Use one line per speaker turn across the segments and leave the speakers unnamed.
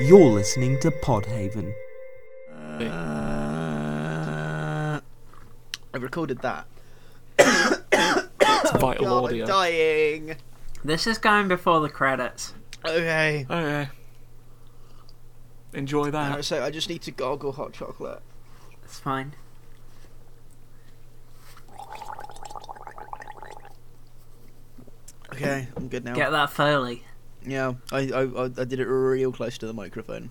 You're listening to Podhaven.
Uh, I recorded that.
It's vital
God, I'm
audio.
dying.
This is going before the credits.
Okay.
Okay. Enjoy
Alright,
that.
So I just need to gargle hot chocolate.
It's fine.
Okay, I'm good now.
Get that Foley.
Yeah, I, I I I did it real close to the microphone.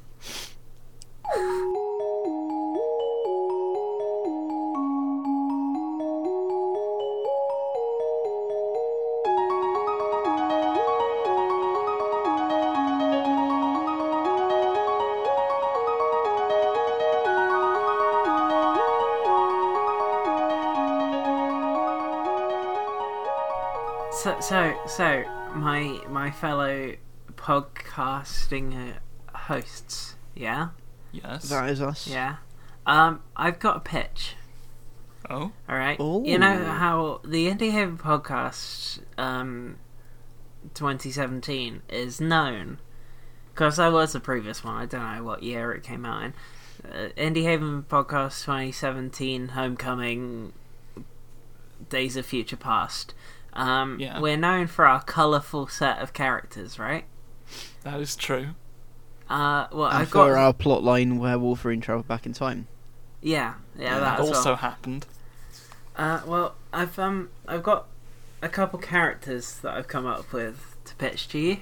So, so, so, my my fellow podcasting uh, hosts, yeah,
Yes.
That is us.
yeah. Um, I've got a pitch.
Oh.
All right.
Ooh.
You know how the Indie Haven podcast, um, 2017 is known because I was the previous one. I don't know what year it came out in. Uh, Indie Haven podcast 2017 Homecoming Days of Future Past. Um,
Yeah.
We're known for our colourful set of characters, right?
That is true.
Uh, well,
And
I've
for
got
our plot line where Wolverine travelled back in time.
yeah, yeah,
Yeah.
that as well.
also happened.
Uh, well, I've um, I've got a couple characters that I've come up with to pitch to you.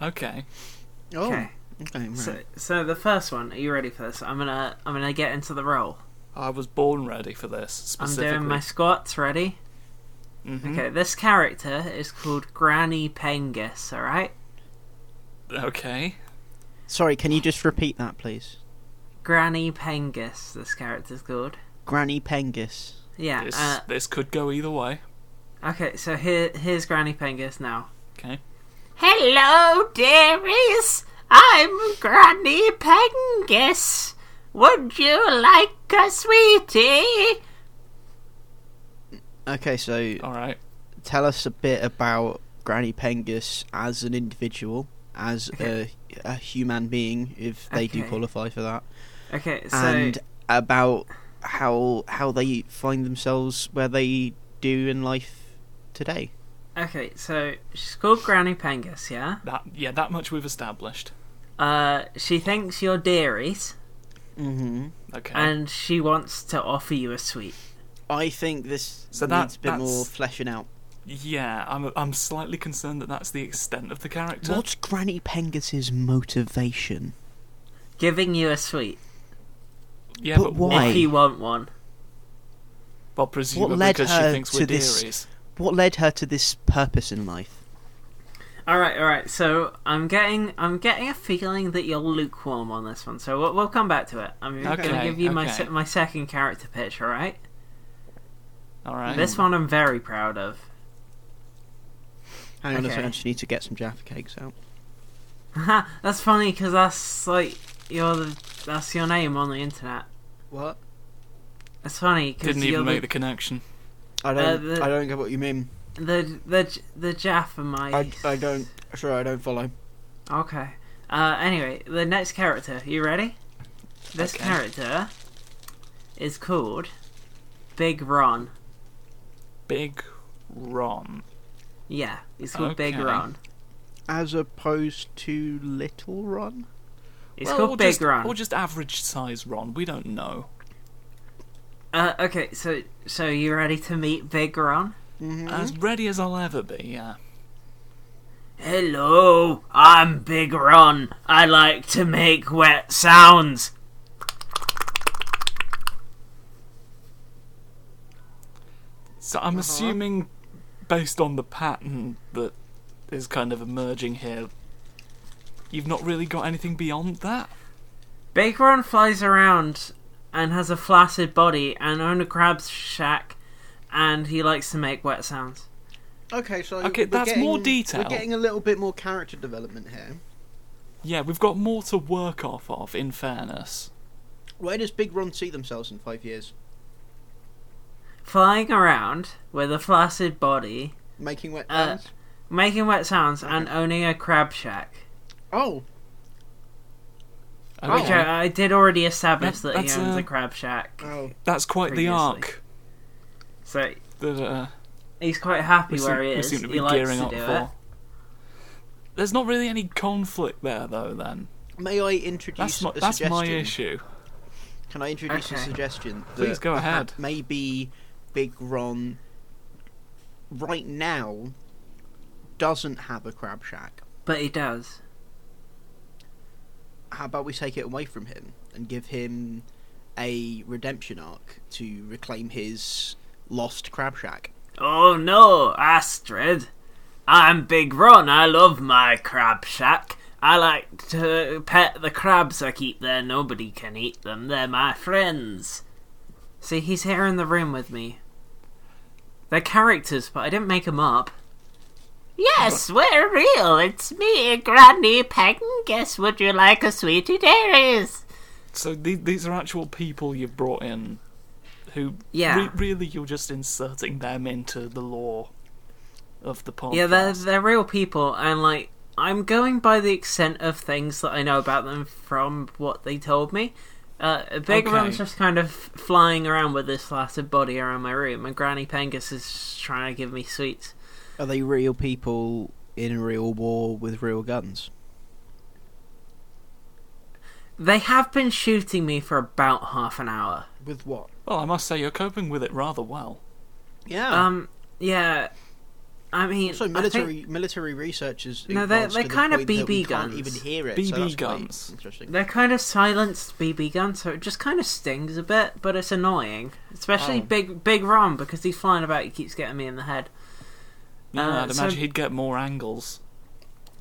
Okay.
Oh,
okay.
okay, right.
So, so the first one. Are you ready for this? I'm gonna, I'm gonna get into the role.
I was born ready for this
I'm
specifically.
doing my squats. Ready?
Mm-hmm.
Mhm.
Okay. This character is called Granny Pengus. All right.
Okay.
Sorry, can you just repeat that, please?
Granny Pengus. This character's called.
Granny Pengus.
Yeah.
This
Uh,
this could go either way.
okay. So here, here's Granny Pengus now.
Okay.
Hello, dearies. I'm Granny Pengus. Would you like a sweetie?
Okay, so
All right.
tell us a bit about Granny Pengus as an individual, as a, a human being, if they do
Okay.
qualify for that,
Okay, so
and about how how they find themselves where they do in life today.
okay, so she's called Granny Pengus, yeah.
That yeah, that much we've established.
Uh, she thinks you're dearies,
Mm-hmm.
Okay.
and she wants to offer you a sweet.
I think this
So that-
needs a bit more
that's-
fleshing out.
yeah, I'm I'm slightly concerned that that's the extent of the character.
What's Granny Pengus's motivation?
Giving you a sweet
Yeah,
But
but,
why?
why?
if you want one.
Well, presumably
led
because
her
she thinks we're
to this-
dearies.
What led her to this purpose in life?
All right, all right. So I'm getting, I'm getting a feeling that you're lukewarm on this one. So we'll, we'll come back to it. I'm
Okay,
gonna give you my
okay.
se- my second character pitch. All right.
All right.
This one I'm very proud of.
Hang on a
Okay.
second, I just need to get some Jaffa cakes out.
Haha, that's funny because that's like you're the, that's your name on the internet.
What?
It's funny because
Didn't
you're
even
the,
make the connection.
I don't.
Uh, the-
I don't get what you mean.
the the the Jaffa mice.
I, I don't. Sure, I don't follow.
Okay. Uh, anyway, the next character. You ready? This
Okay.
character is called Big Ron.
Big Ron.
Yeah, he's called Big
Okay.
Ron.
As opposed to Little Ron.
He's
Well, or
called Big
just,
Ron.
Or just average size Ron. We don't know.
Uh, okay, so so you ready to meet Big Ron?
Mm-hmm.
As ready as I'll ever be, yeah.
Hello, I'm Big Ron. I like to make wet sounds.
So
Uh-huh.
I'm assuming, based on the pattern that is kind of emerging here, you've not really got anything beyond that?
Big Ron flies around and has a flaccid body and owns a crab's shack and he likes to make wet sounds.
Okay, so
Okay, we're that's more getting- detail.
We're getting a little bit more character development here.
Yeah, we've got more to work off of, in fairness.
Where does Big Ron see themselves in five years?
Flying around with a flaccid body,
Making wet
Uh,
sounds.
making wet sounds and owning a crab shack.
oh,
Okay.
Which I, I did already establish
That-
that he
that's,
owns
uh,
a crab shack.
Oh,
That's quite
Previously.
the arc.
So
That, uh,
he's quite happy
we
where
seem,
he
we
is.
seem to be
he likes
gearing
to
up
do
for. There's not really any conflict there, though. Then
may I introduce
that's my,
a
that's
suggestion?
my issue.
Can I introduce a
Okay.
suggestion? that
Please go
perhaps
ahead.
Maybe Big Ron right now doesn't have a crab shack.
it. But he does.
How about we take it away from him and give him a redemption arc to reclaim his lost crab shack?
Oh no, Astrid. I'm Big Ron. I love my crab shack. I like to pet the crabs I keep there. Nobody can eat them. They're my friends. See, he's here in the room with me. They're characters, but I didn't make them up. Yes, we're real. It's me, Granny Guess Would you like a sweetie dairies?
So the, these are actual people you've brought in, who
Yeah.
re- really you're just inserting them into the lore of the podcast.
Yeah, they're they're real people, and like I'm going by the extent of things that I know about them from what they told me. Uh, Big
Okay.
Rum's just kind of flying around with this flaccid body around my room, and Granny Pengus is just trying to give me sweets.
Are they real people in a real war with real guns?
They have been shooting me for about half an hour.
With what?
Well, I must say you're coping with it rather well. Oh.
Yeah.
Um, yeah, I mean,
so
I think-
military military researchers.
No, they're-
advanced
they're
to the
kind of
point that we
BB
can't
guns.
even hear it. so
BB
that's quite
guns.
Interesting.
They're kind of silenced BB gun, so it just kind of stings a bit, but it's annoying, especially
Oh.
big big Ron because he's flying about. He keeps getting me in the head.
Yeah,
Uh,
I'd
so-
imagine he'd get more angles.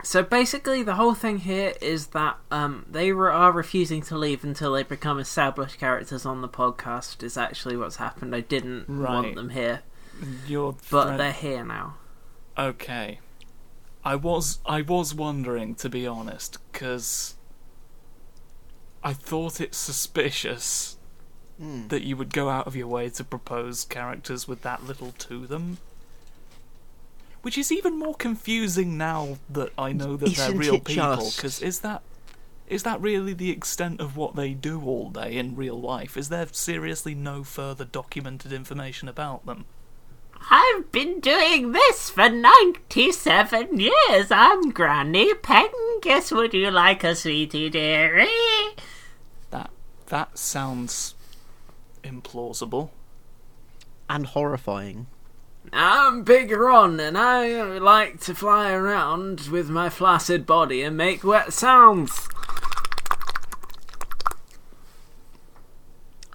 So basically, the whole thing here is that um, they re- are refusing to leave until they become established characters on the podcast. Is actually what's happened. I didn't
Right.
want them here,
Your
but
friend-
they're here now.
Okay. I was I was wondering to be honest cuz I thought it suspicious
Hmm.
that you would go out of your way to propose characters with that little to them. Which is even more confusing now that I know that they're
Isn't
real
it
people
just?
cuz is that is that really the extent of what they do all day in real life? Is there seriously no further documented information about them?
I've been doing this for ninety-seven years. I'm Granny Pengus. Would you like a sweetie, dearie?
That that sounds implausible.
And horrifying.
I'm Big Ron, and I like to fly around with my flaccid body and make wet sounds.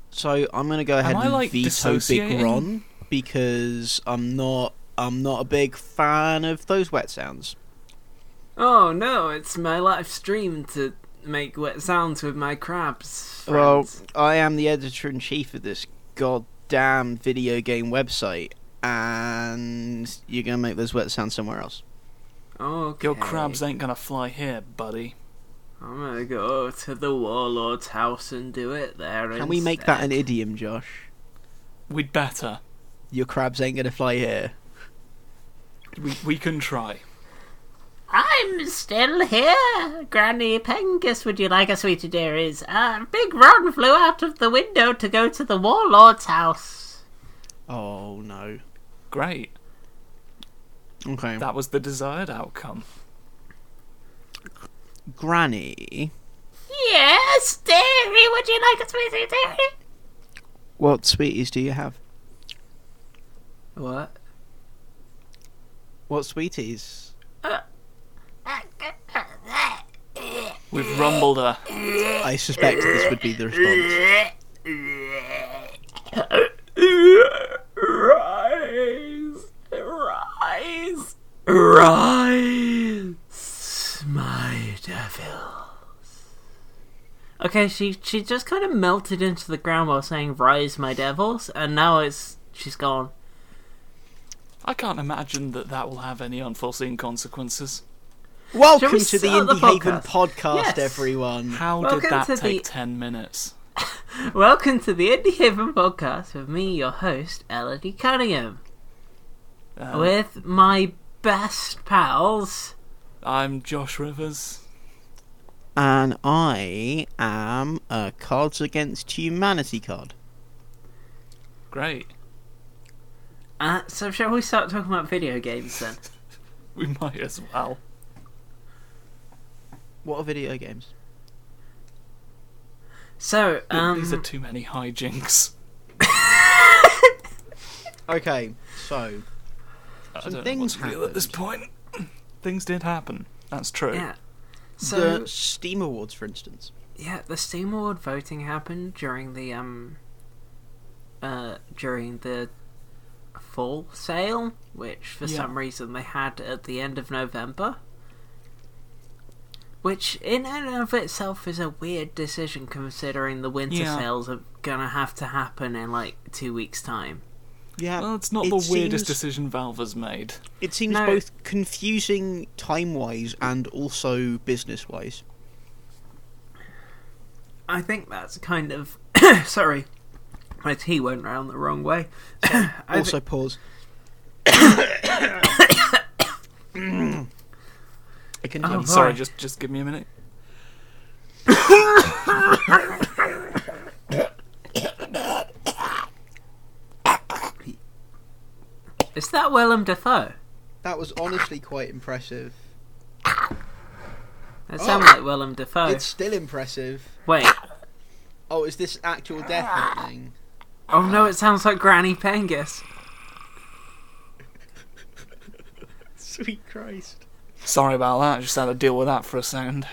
So I'm gonna go ahead
I,
and
like,
veto Big
dissociating?
Ron because I'm not I'm not a big fan of those wet sounds.
Oh no, it's my life's dream to make wet sounds with my crabs. friends.
Well, I am the editor in chief of this goddamn video game website, and you're gonna make those wet sounds somewhere else.
okay.
Your crabs ain't gonna fly here, buddy.
I'm gonna go to the warlord's house and do it there.
Can we make that an
instead.
idiom, Josh?
We'd better.
Your crabs ain't gonna fly here.
We we can try.
I'm still here, Granny Pengus. Would you like a sweetie, dearies? Uh, Big Ron flew out of the window to go to the warlord's house.
Oh no.
Great.
Okay.
That was the desired outcome.
Granny,
Yes, dearie. Would you like a sweetie, dearie?
what sweeties do you have?
What?
What sweeties?
Uh,
We've rumbled her.
I suspect this would be the response.
Rise, rise, rise, my devils. Okay, she she just kind of melted into the ground while saying "Rise, my devils," and now it's she's gone.
I can't imagine that that will have any unforeseen consequences.
Welcome
we
to the
start the
Indie Haven
podcast?
podcast,
Yes.
everyone.
How
Welcome
did that
to
take
the-
ten minutes?
Welcome to the Indie Haven podcast with me, your host Elodie Cunningham,
Uh,
with my best pals.
I'm Josh Rivers.
and I am a Cards Against Humanity card.
Great.
Uh, so shall we start talking about video games then?
We might as well.
What are video games?
So,
Th-
um,
These are too many hijinks.
Okay, so
I
Some
don't know
things
what's real at this point. things did happen. That's true.
yeah. So
the Steam Awards, for instance.
yeah, the Steam Award voting happened during the um, uh, during the fall sale, which for
Yeah.
some reason they had at the end of November. Which, in and of itself, is a weird decision considering the winter
Yeah.
sales are gonna have to happen in like two weeks' time.
Yeah,
Well, it's not
it
the weirdest
seems-
decision Valve has made.
It seems
Oh, No.
both confusing time wise and also business wise.
I think that's kind of sorry, my tea went round the wrong way. I
Also, pause. I can
Oh,
I'm Um, sorry,
boy.
just just give me a minute.
thi- is that Willem Dafoe?
That was honestly quite impressive.
That sounds like Willem Dafoe.
It's still impressive.
Wait,
Oh, is this actual death
Ah.
happening?
oh no, it sounds like Granny Pengus.
Sweet Christ.
Sorry about that. I just had to deal with that for a second.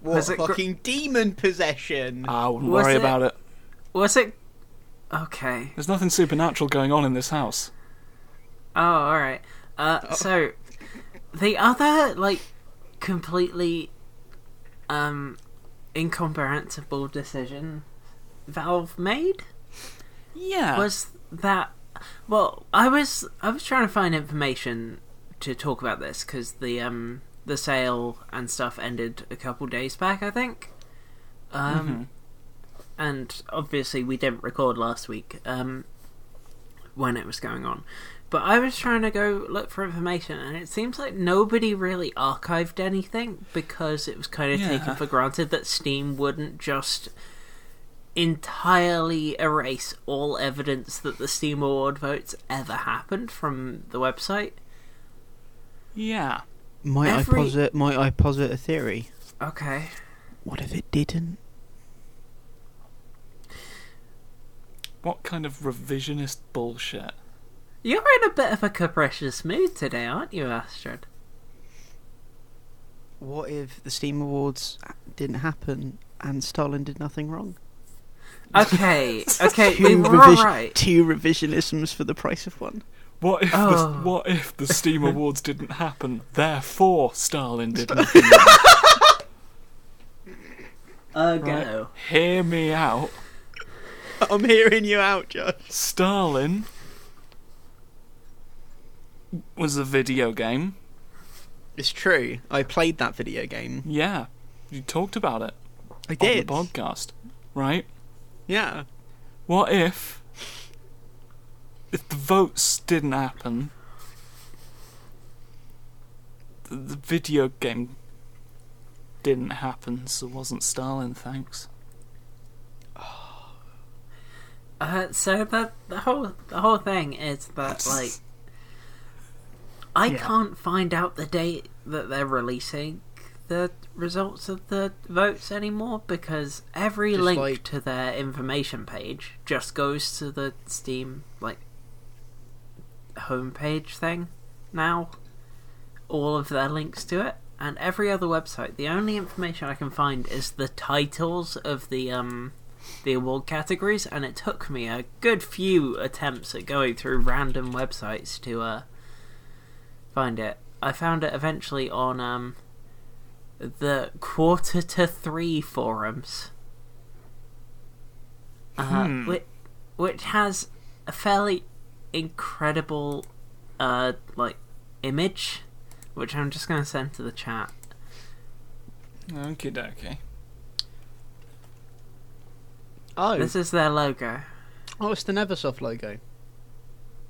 What
Was it gr-
fucking demon possession?
I wouldn't
Was
worry
it-
about it.
Was it? Okay.
There's nothing supernatural going on in this house.
Oh, all right. Uh, so the other like completely um incomprehensible decision Valve made
Yeah.
was that well i was i was trying to find information to talk about this because the um the sale and stuff ended a couple days back i think um and obviously we didn't record last week um when it was going on but i was trying to go look for information and it seems like nobody really archived anything because it was kind of
Yeah.
taken for granted that steam wouldn't just entirely erase all evidence that the Steam Award votes ever happened from the website.
yeah.
might
every-
I posit? Might I posit a theory?
Okay.
What if it didn't?
What kind of revisionist bullshit?
You're in a bit of a capricious mood today, aren't you, Astrid?
What if the Steam Awards didn't happen and Stalin did nothing wrong?
Okay, okay,
Two
we were
revis-
alright.
Two revisionisms for the price of one.
What if
Oh.
the, what if the Steam Awards didn't happen? Therefore, Stalin didn't.
Uh,
Right.
go.
Hear me out.
I'm hearing you out, Josh.
Stalin was a video game.
It's true. I played that video game.
Yeah, you talked about it
I
on the podcast, right?
Yeah.
What if if the votes didn't happen? The, the video game didn't happen, so it wasn't Stalin. Thanks.
Uh, so the, the whole the whole thing is that like I
Yeah.
can't find out the date that they're releasing the results of the votes anymore because every
Just
link
like-
to their information page just goes to the Steam like homepage thing now. All of their links to it and every other website. The only information I can find is the titles of the um the award categories, and it took me a good few attempts at going through random websites to uh, find it. I found it eventually on um, the quarter to three forums, uh,
Hmm.
which, which has a fairly incredible uh, like image, which I'm just going to send to the chat.
Okie dokie.
Oh,
This is their logo.
oh, it's the Neversoft logo.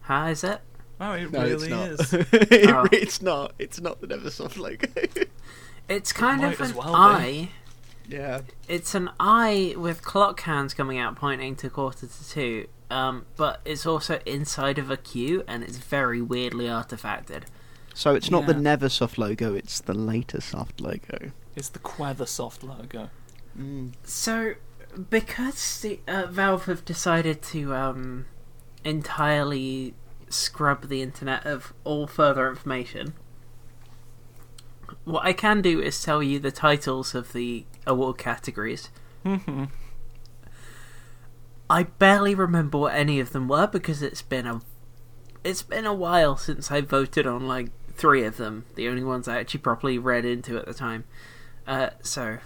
How is it?
Oh, it
No, it's
really
not.
is.
It
Oh.
re- It's not. It's not the Neversoft logo.
It's kind
might
of
as
an
well be.
eye.
Yeah.
It's an eye with clock hands coming out pointing to quarter to two, um, but it's also inside of a queue and it's very weirdly artifacted.
So it's not the
Yeah.
Neversoft logo; it's the later Soft logo.
It's the Quaversoft logo.
Mm.
So, because the, uh, Valve have decided to um, entirely scrub the internet of all further information, what I can do is tell you the titles of the award categories.
Mm-hmm.
I barely remember what any of them were because it's been a it's been a while since I voted on like three of them. The only ones I actually properly read into at the time. Uh, so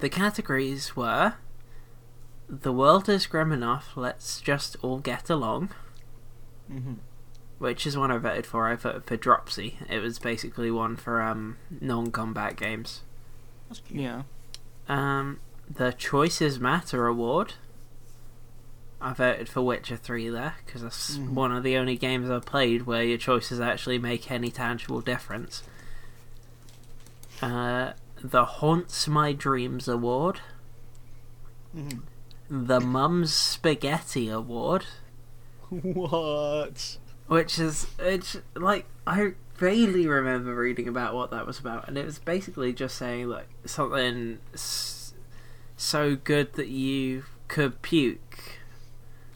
the categories were the world is grim enough. Let's just all get along,
Mm-hmm.
which is one I voted for. I voted for Dropsy. It was basically one for um, non-combat games.
That's cute.
Yeah.
Um, the Choices Matter award. I voted for Witcher 3 there because that's
Mhm.
one of the only games I've played where your choices actually make any tangible difference. Uh, the Haunts My Dreams award.
Mhm.
The Mum's Spaghetti award.
What?
which is it's like I vaguely remember reading about what that was about, and it was basically just saying like something s- so good that you could puke.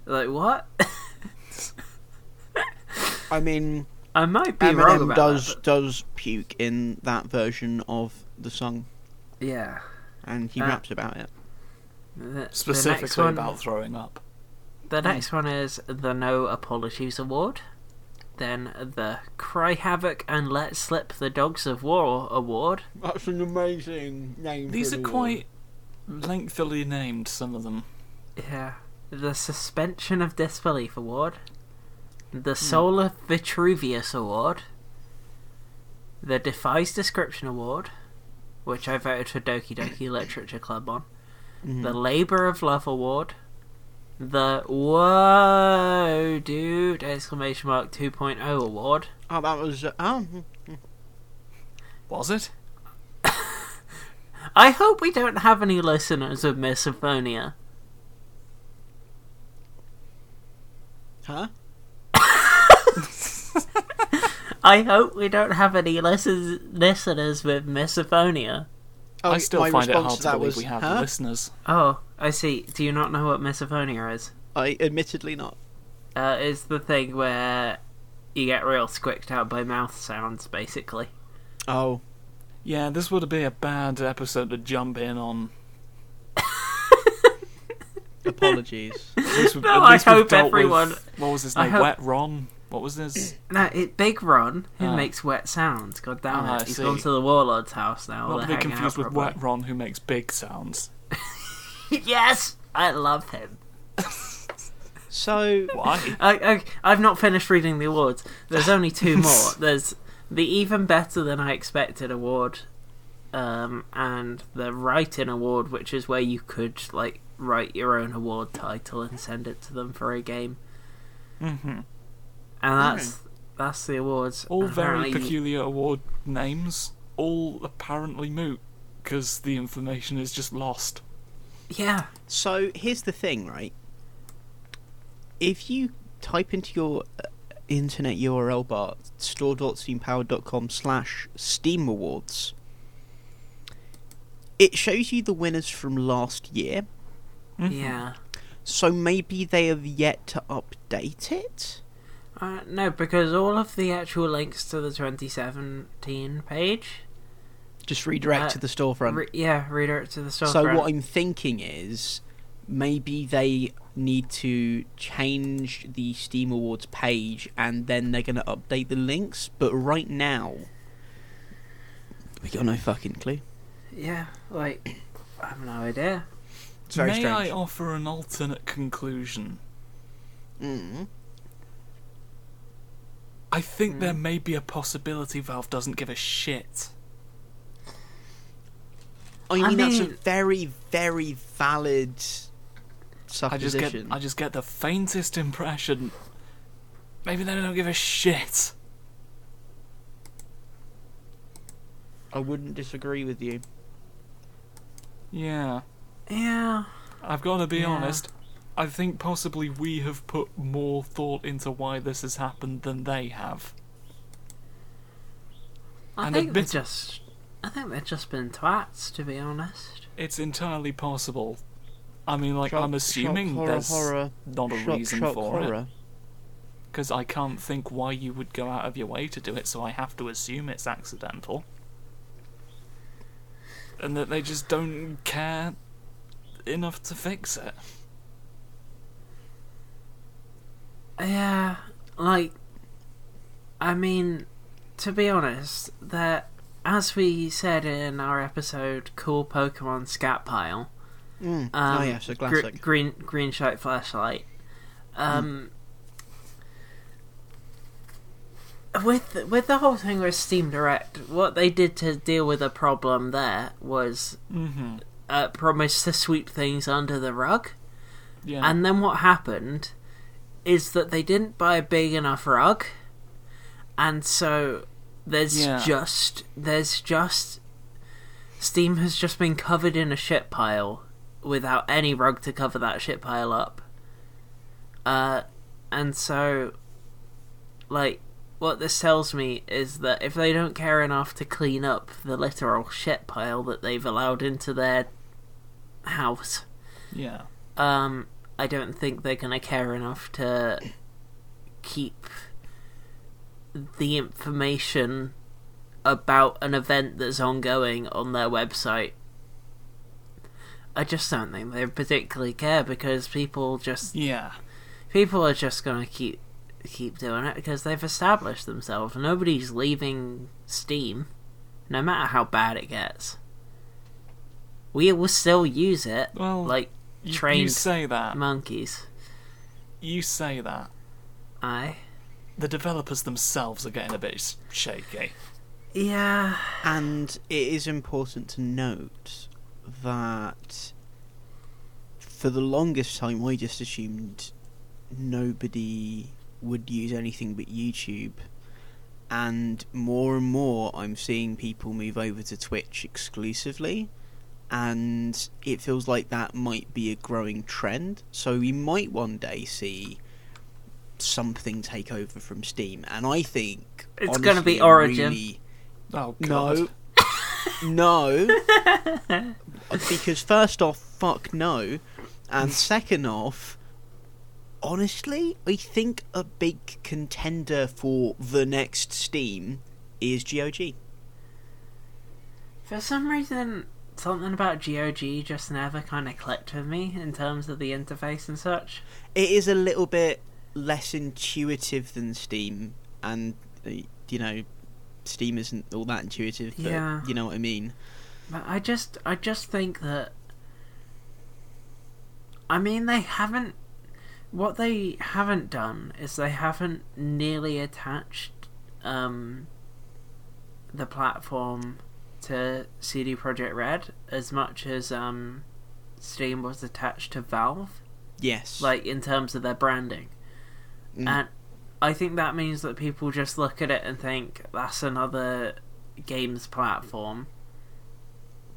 Like what?
I mean,
I might be wrong
Eminem
about
does
that,
does puke in that version of the song,
but- yeah.
and he
Uh,
raps about it.
The- the next
Specifically
one-
about throwing up.
The next one is the No Apologies Award. Then the Cry Havoc and Let Slip the Dogs of War Award.
That's an amazing name.
These are quite lengthily named, some of them.
Yeah. The Suspension of Disbelief Award. The Soul of Vitruvius Award. The Defies Description Award, which I voted for Doki Doki Literature Club on. The Labour of Love Award. The Whoa Dude! Exclamation mark 2.0 Award.
Oh, that was. Uh, oh,
Was it?
I hope we don't have any listeners with misophonia.
huh?
I hope we don't have any listen- listeners with misophonia.
Oh,
I still
my
find it
response
hard to
that
believe
was,
we have
huh?
listeners.
Oh, I see. Do you not know what misophonia is?
I admittedly not.
Uh, it's the thing where you get real squicked out by mouth sounds, basically.
Oh,
Yeah, this would be a bad episode to jump in on.
apologies.
At least we've-
No,
at least
I
we've
hope
dealt with-
everyone-
what was his
I
name?
hope-
Wet Ron. What was his?
No, it, Big Ron, who
Ah.
makes wet sounds. God damn
Ah,
it.
I
He's
see.
gone to the Warlord's house
Not
now. They're
to be
hanging
confused
Oh, out
with
probably.
Wet Ron, who makes big sounds.
yes! I love him.
So,
Why?
I, I, I've not finished reading the awards. There's only two more. There's the Even Better Than I Expected award, um, and the Writing award, which is where you could like write your own award title and send it to them for a game.
hmm
And that's that's the awards.
All very
Apparently-
peculiar award names. All apparently moot because the information is just lost.
Yeah,
so here's the thing, right? If you type into your uh, internet URL bar store.steampower.com slash Steam Awards, it shows you the winners from last year.
yeah.
So maybe they have yet to update it.
Uh, no, because all of the actual links to the 2017 page,
Just redirect
Uh,
to the storefront.
re- yeah, redirect to the store.
So what I'm thinking is maybe they need to change the Steam Awards page and then they're going to update the links, but right now we got no fucking clue.
yeah, like I have no idea.
It's very
May
strange.
I offer an alternate conclusion?
Mm.
I think there
Hmm.
may be a possibility Valve doesn't give a shit.
I mean, that's a
mean-
very very valid
I just get
supposition.
I just get the faintest impression. Maybe they don't give a shit.
I wouldn't disagree with you.
Yeah.
Yeah.
I've got to be
Yeah.
honest. I think possibly we have put more thought into why this has happened than they have.
I
And
think
admit-
they've just. I think they've just been twats, to be honest.
It's entirely possible. I mean, like,
Shock,
I'm
shock,
assuming
horror,
there's
horror,
not a
shock,
reason
shock,
for it.
horror.
because I can't think why you would go out of your way to do it, so I have to assume it's accidental. And that they just don't care enough to fix it.
Yeah, like, I mean, to be honest, that as we said in our episode, cool Pokemon Scat Pile.
Mm.
Um,
oh yeah, so
gr-
classic.
green green shite flashlight. Um, with with the whole thing with Steam Direct, what they did to deal with a problem there was
Mm-hmm.
uh, promise to sweep things under the rug.
Yeah.
And then what happened is that they didn't buy a big enough rug, and so there's
Yeah.
just there's just Steam has just been covered in a shit pile without any rug to cover that shit pile up. Uh, and so, like, what this tells me is that if they don't care enough to clean up the literal shit pile that they've allowed into their house,
yeah.
um, I don't think they're going to care enough to keep the information about an event that's ongoing on their website. I just don't think they particularly care because people just
Yeah.
people are just going to keep keep doing it because they've established themselves. Nobody's leaving Steam, no matter how bad it gets. We will still use it,
Well,
like
you- You
trained
say that.
monkeys.
You say that.
I.
The developers themselves are getting a bit s- shaky.
Yeah.
And it is important to note that for the longest time, I just assumed nobody would use anything but YouTube. And more and more, I'm seeing people move over to Twitch exclusively. And it feels like that might be a growing trend. So we might one day see something take over from Steam. And I think
It's gonna
honestly,
be Origin.
really-
Oh, God.
no. no. because first off, fuck no. And second off, honestly, I think a big contender for the next Steam is GOG.
For some reason, something about GOG just never kind of clicked with me in terms of the interface and such.
It is a little bit less intuitive than Steam, and, uh, you know, Steam isn't all that intuitive, but
Yeah.
you know what I mean.
But I just, I just think that. I mean, they haven't. What they haven't done is they haven't nearly attached um, the platform to CD Projekt Red as much as um, Steam was attached to Valve.
Yes.
like in terms of their branding.
Mm.
And I think that means that people just look at it and think that's another games platform,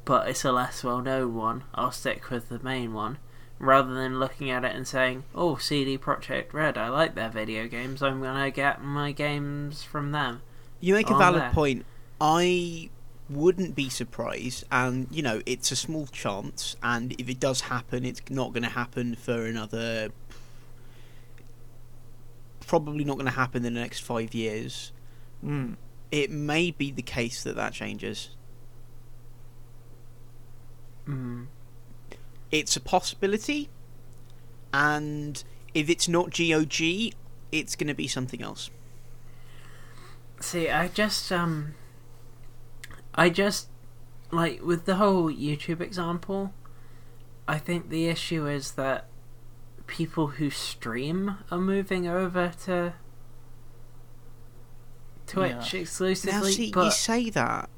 but it's a less well known one. I'll stick with the main one. Rather than looking at it and saying, "Oh, CD Projekt Red, I like their video games. I'm gonna get my games from them."
You make a
on
valid
there.
point. I wouldn't be surprised, and you know it's a small chance. And if it does happen, it's not going to happen for another. Probably not going to happen in the next five years.
Mm.
It may be the case that that changes.
Mm.
It's a possibility, and if it's not GOG, it's going to be something else.
See, I just um, I just like with the whole YouTube example. I think the issue is that people who stream are moving over to Twitch
Now,
exclusively,
see, you
but
say that.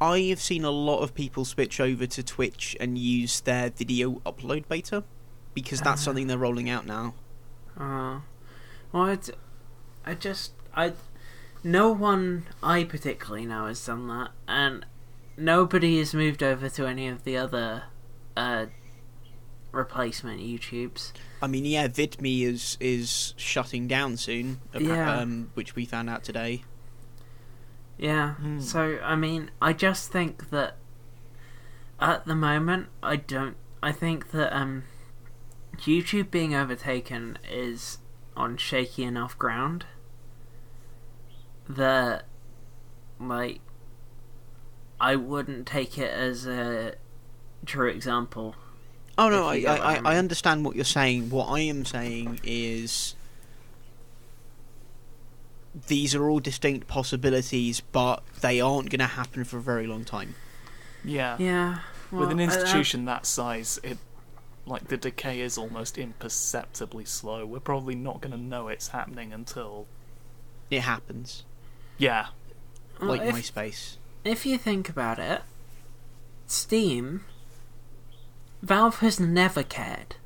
I have seen a lot of people switch over to Twitch and use their video upload beta because that's something they're rolling out now.
uh, well, it's, I just I no one I particularly know has done that, and nobody has moved over to any of the other uh, replacement YouTubes.
I mean, yeah, VidMe is is shutting down soon, appa-
Yeah.
um, which we found out today.
Yeah.
Hmm.
So I mean, I just think that at the moment, I don't. I think that um, YouTube being overtaken is on shaky enough ground that, like, I wouldn't take it as a true example.
Oh no, I,
If you
I,
get what I
I, I
mean.
understand what you're saying. What I am saying is these are all distinct possibilities, but they aren't going to happen for a very long time.
Yeah.
Yeah. Well,
With an
I- I-
institution that size, it like the decay is almost imperceptibly slow. We're probably not going to know it's happening until
It happens,
yeah,
well,
like
if-
MySpace.
If you think about it, Steam, Valve has never cared.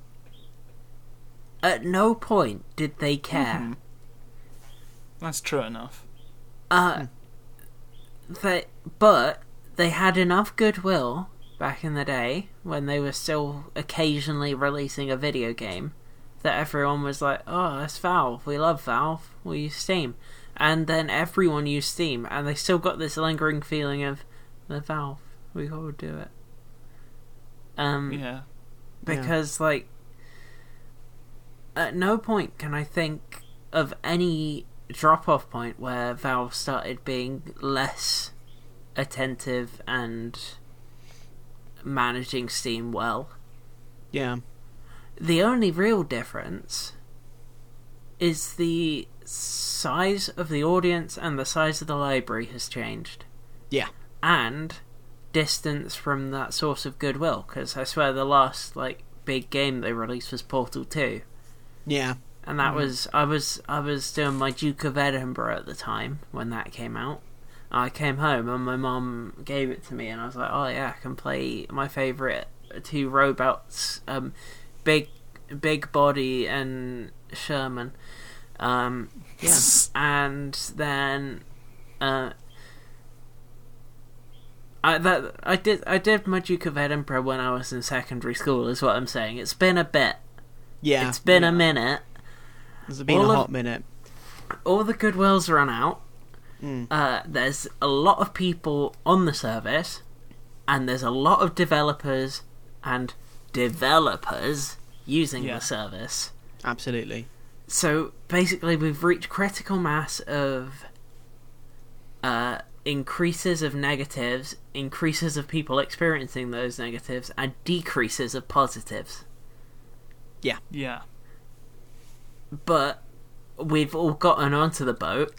At no point did they
Mm-hmm.
care.
Hmm. that's true enough.
Uh, they, but they had enough goodwill back in the day when they were still occasionally releasing a video game that everyone was like, oh, that's Valve. We love Valve. We use Steam. And then everyone used Steam, and they still got this lingering feeling of the Valve. We gotta do it. Um,
Yeah.
because like at no point can I think of any drop off point where Valve started being less attentive and managing Steam well.
Yeah,
The only real difference is the size of the audience and the size of the library has changed
yeah,
and distance from that source of goodwill because i swear the last like big game they released was portal 2
yeah.
and that was i was i was doing my duke of edinburgh at the time when that came out i came home and my mum gave it to me and i was like oh yeah i can play my favorite two robots um big big body and sherman um
Yeah.
and then uh I that I did I did my Duke of Edinburgh when I was in secondary school is what I'm saying. It's been a bit.
Yeah,
it's been
yeah.
a minute.
it's been
all
a
of-
hot minute.
All the goodwill's run out. Uh, there's a lot of people on the service, and there's a lot of developers and developers using
Yeah.
the service.
Absolutely.
so basically we've reached critical mass of uh, increases of negatives increases of people experiencing those negatives and decreases of positives
Yeah.
but we've all gotten onto the boat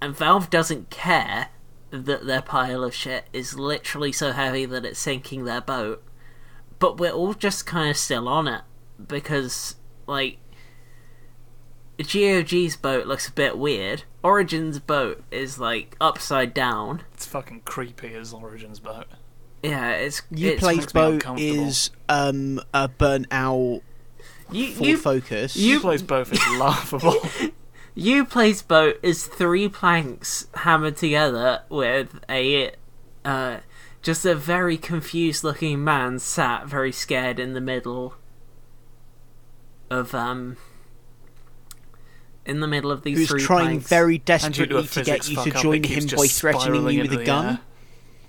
and valve doesn't care that their pile of shit is literally so heavy that it's sinking their boat but we're all just kind of still on it because like GOG's boat looks a bit weird. Origin's boat is like upside down.
It's fucking creepy as Origins boat.
Yeah, it's
You
it's,
play
makes me
boat
uncomfortable.
is um a burnt out
you,
full
you,
focus.
You plays both is laughable.
You plays boat is three planks hammered together with a uh, just a very confused looking man sat very scared in the middle of um in the middle of these
who's
three
trying
planks.
very
And due to a
desperately to get
physics
you
fuck
to
up,
join
it keeps
him
just
by threatening
spiraling
you with
into
a
the
gun.
air.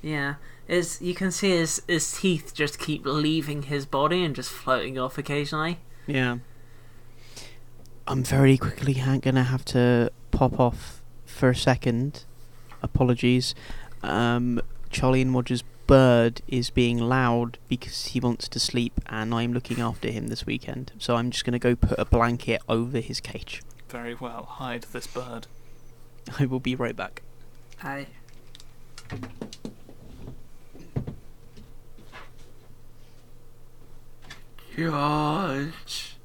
Yeah. Is you can see his his teeth just keep leaving his body and just floating off occasionally.
Yeah. I'm very quickly ha- gonna have to pop off for a second. Apologies. Um, Charlie and Roger's bird is being loud because he wants to sleep, and I'm looking after him this weekend. So I'm just gonna go put a blanket over his cage.
Very well, hide this bird.
I will be right back.
I George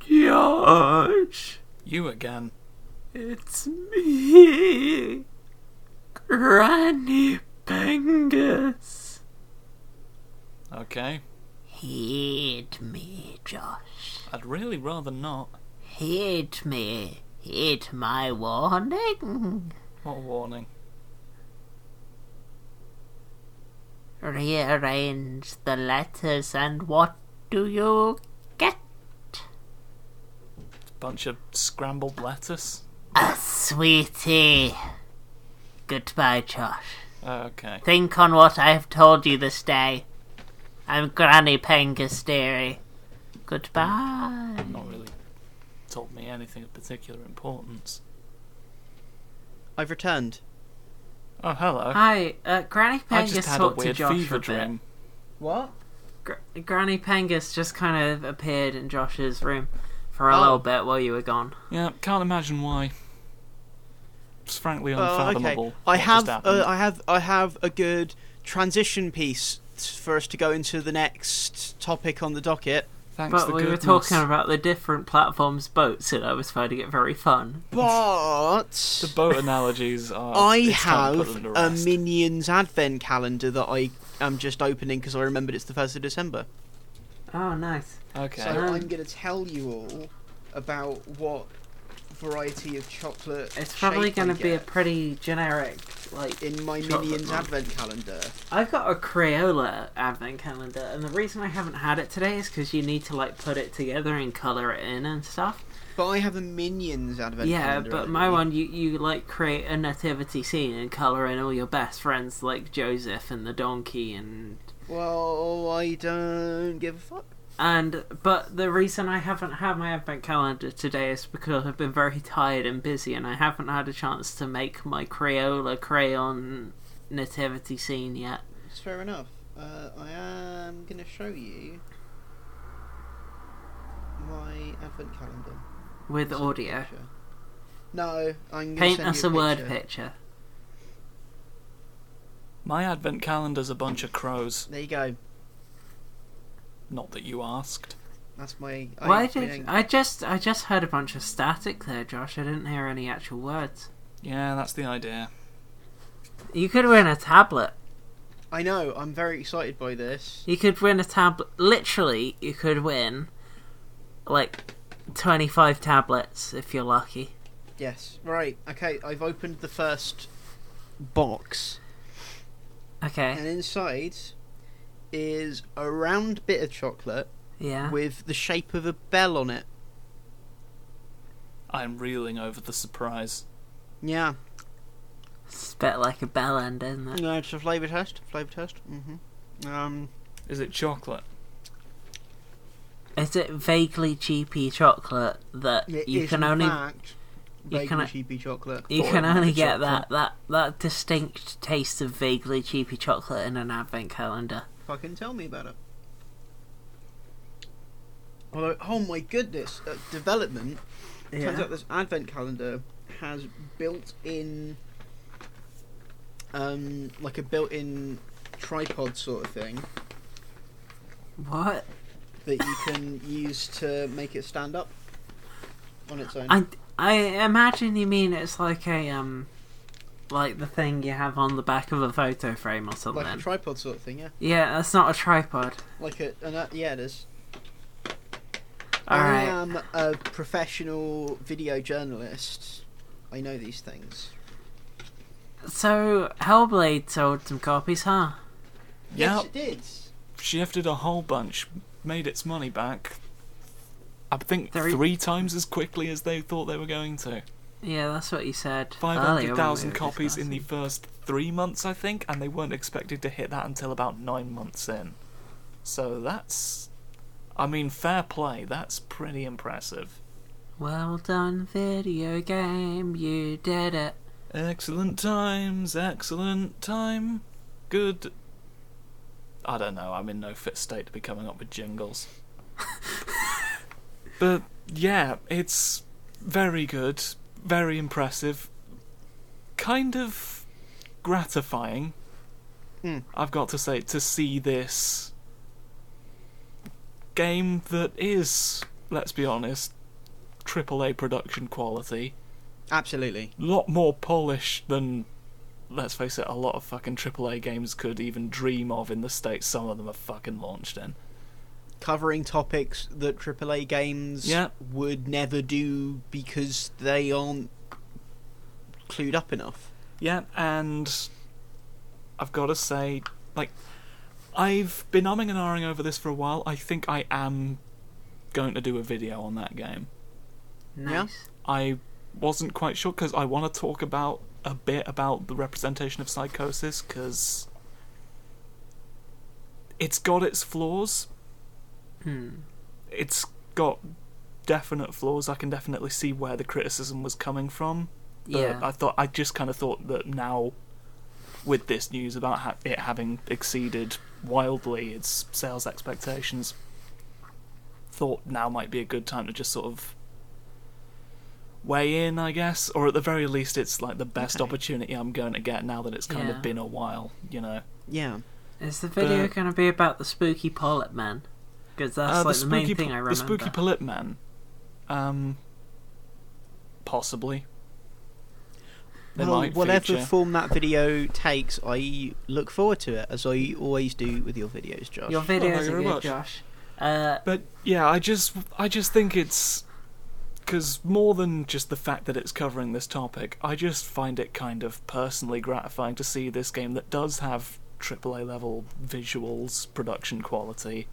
George
You again.
It's me Granny Pengus
Okay.
Hit me, Josh.
I'd really rather not.
Hit me. Hit my warning.
What a warning.
Rearrange the letters and what do you get?
Bunch of scrambled lettuce.
A sweetie. Goodbye, Josh.
Okay.
Think on what I have told you this day. I'm Granny Pengasteri. Goodbye.
Not really told me anything of particular importance.
I've returned.
Oh, hello.
Hi, uh, Granny
I
Pengus
just had a
talked to
weird
Josh
fever
a bit.
dream.
What?
Gr- Granny Pengus just kind of appeared in Josh's room for a
Oh.
little bit while you were gone.
Yeah, can't imagine why. It's frankly
Oh, okay.
unfathomable.
I
what
have,
just happened.
uh, I have, I have a good transition piece for us to go into the next topic on the docket.
Thanks
But
to
we
goodness.
were talking about the different platforms boats, and I was finding it very fun.
But
the boat analogies. Are,
I
it's time to put
have
them to
a
rest.
Minions Advent calendar that I am just opening because I remembered it's the first of December.
Oh, nice.
Okay.
So
Um,
I'm going to tell you all about what variety of chocolate.
It's probably
going to
be a pretty generic, like.
in my
chocolate
Minions
one.
Advent calendar.
I've got a Crayola advent calendar, and the reason I haven't had it today is because you need to, like, put it together and colour it in and stuff.
But I have a Minions Advent
yeah,
calendar.
but
already.
my one, you, you, like, create a nativity scene and colour in all your best friends, like Joseph and the donkey and
Well, I don't give a fuck.
And but the reason I haven't had my advent calendar today is because I've been very tired and busy, and I haven't had a chance to make my Crayola crayon nativity scene yet.
It's fair enough. Uh, I am going to show you my Advent calendar.
With
Send you a
audio,
picture. No, I'm going to
paint us a, word
picture.
picture.
My advent calendar's a bunch of crows.
There you go.
Not that you asked.
That's my. I-
Why
we
did
don't-
I just I just heard a bunch of static there, Josh? I didn't hear any actual words.
Yeah, that's the idea.
You could win a tablet.
I know. I'm very excited by this.
You could win a tablet. Literally, you could win like twenty five tablets if you're lucky.
Yes. Right. Okay. I've opened the first box,
Okay.
and inside is a round bit of chocolate
Yeah.
with the shape of a bell on it.
I'm reeling over the surprise.
Yeah.
It's a bit like a bell end, isn't it?
No, it's a flavour test. Flavour test. Mm-hmm. Um.
Is it chocolate?
Is it vaguely cheapy chocolate that
it
you
is,
can
in
only
fact
you
vaguely
can-
cheapy chocolate.
you
Thought
can
it might
only
be
get
chocolate.
that, that that distinct taste of vaguely cheapy chocolate in an advent calendar?
Fucking tell me about it. Although, oh my goodness, uh, development. Turns out this advent calendar has built-in, um, like a built-in tripod sort of thing
What?
that you can use to make it stand up on its own.
I I imagine you mean it's like a um like the thing you have on the back of a photo frame or something.
like a tripod sort of thing, yeah.
yeah, that's not a tripod.
Like a, an, uh, yeah, it is.
All
I
right.
am a professional video journalist. I know these things.
So Hellblade sold some copies, huh?
Yes,
Yeah.
it did.
Shifted a whole bunch, made its money back. I think
Three-
three, times as quickly as they thought they were going to.
Yeah, that's what you said.
Five
earlier
hundred
when we
thousand
were
copies in the
discussing.
first three months, I think, and they weren't expected to hit that until about nine months in. So that's, I mean, fair play. That's pretty impressive.
Well done, video game, you did it.
Excellent times, excellent time. Good. I don't know, I'm in no fit state to be coming up with jingles. but yeah, it's very good, very impressive, kind of gratifying,
Hmm.
I've got to say, to see this game that is, let's be honest, AAA production quality
Absolutely.
lot more polish than let's face it a lot of fucking AAA games could even dream of in the states some of them are fucking launched in
covering topics that AAA games
Yeah.
would never do because they aren't clued up enough.
yeah and I've got to say like I've been umming and ahhing over this for a while. I think I am going to do a video on that game.
Nice.
I wasn't quite sure because I want to talk about a bit about the representation of psychosis because it's got its flaws. Uh,
Hmm.
It's got definite flaws. I can definitely see where the criticism was coming from. But
Yeah.
I thought I just kind of thought that now, with this news about ha- it having exceeded wildly its sales expectations, thought now might be a good time to just sort of weigh in, I guess, or at the very least, it's like the best
Okay.
opportunity I'm going to get now that it's kind
Yeah.
of been a while, you know.
Yeah.
Is the video
But-
going to be about the spooky pollet man? Because that's
Uh,
like the, main
spooky
thing
po-
I remember.
The spooky polite man, um, possibly. They
Well,
might
whatever
feature.
form that video takes, I look forward to it, as I always do with your videos, Josh.
Your
Oh, thank
videos
you
are
very
good,
much.
Josh. Uh,
But yeah, I just I just think it's because more than just the fact that it's covering this topic, I just find it kind of personally gratifying to see this game that does have AAA level visuals, production quality,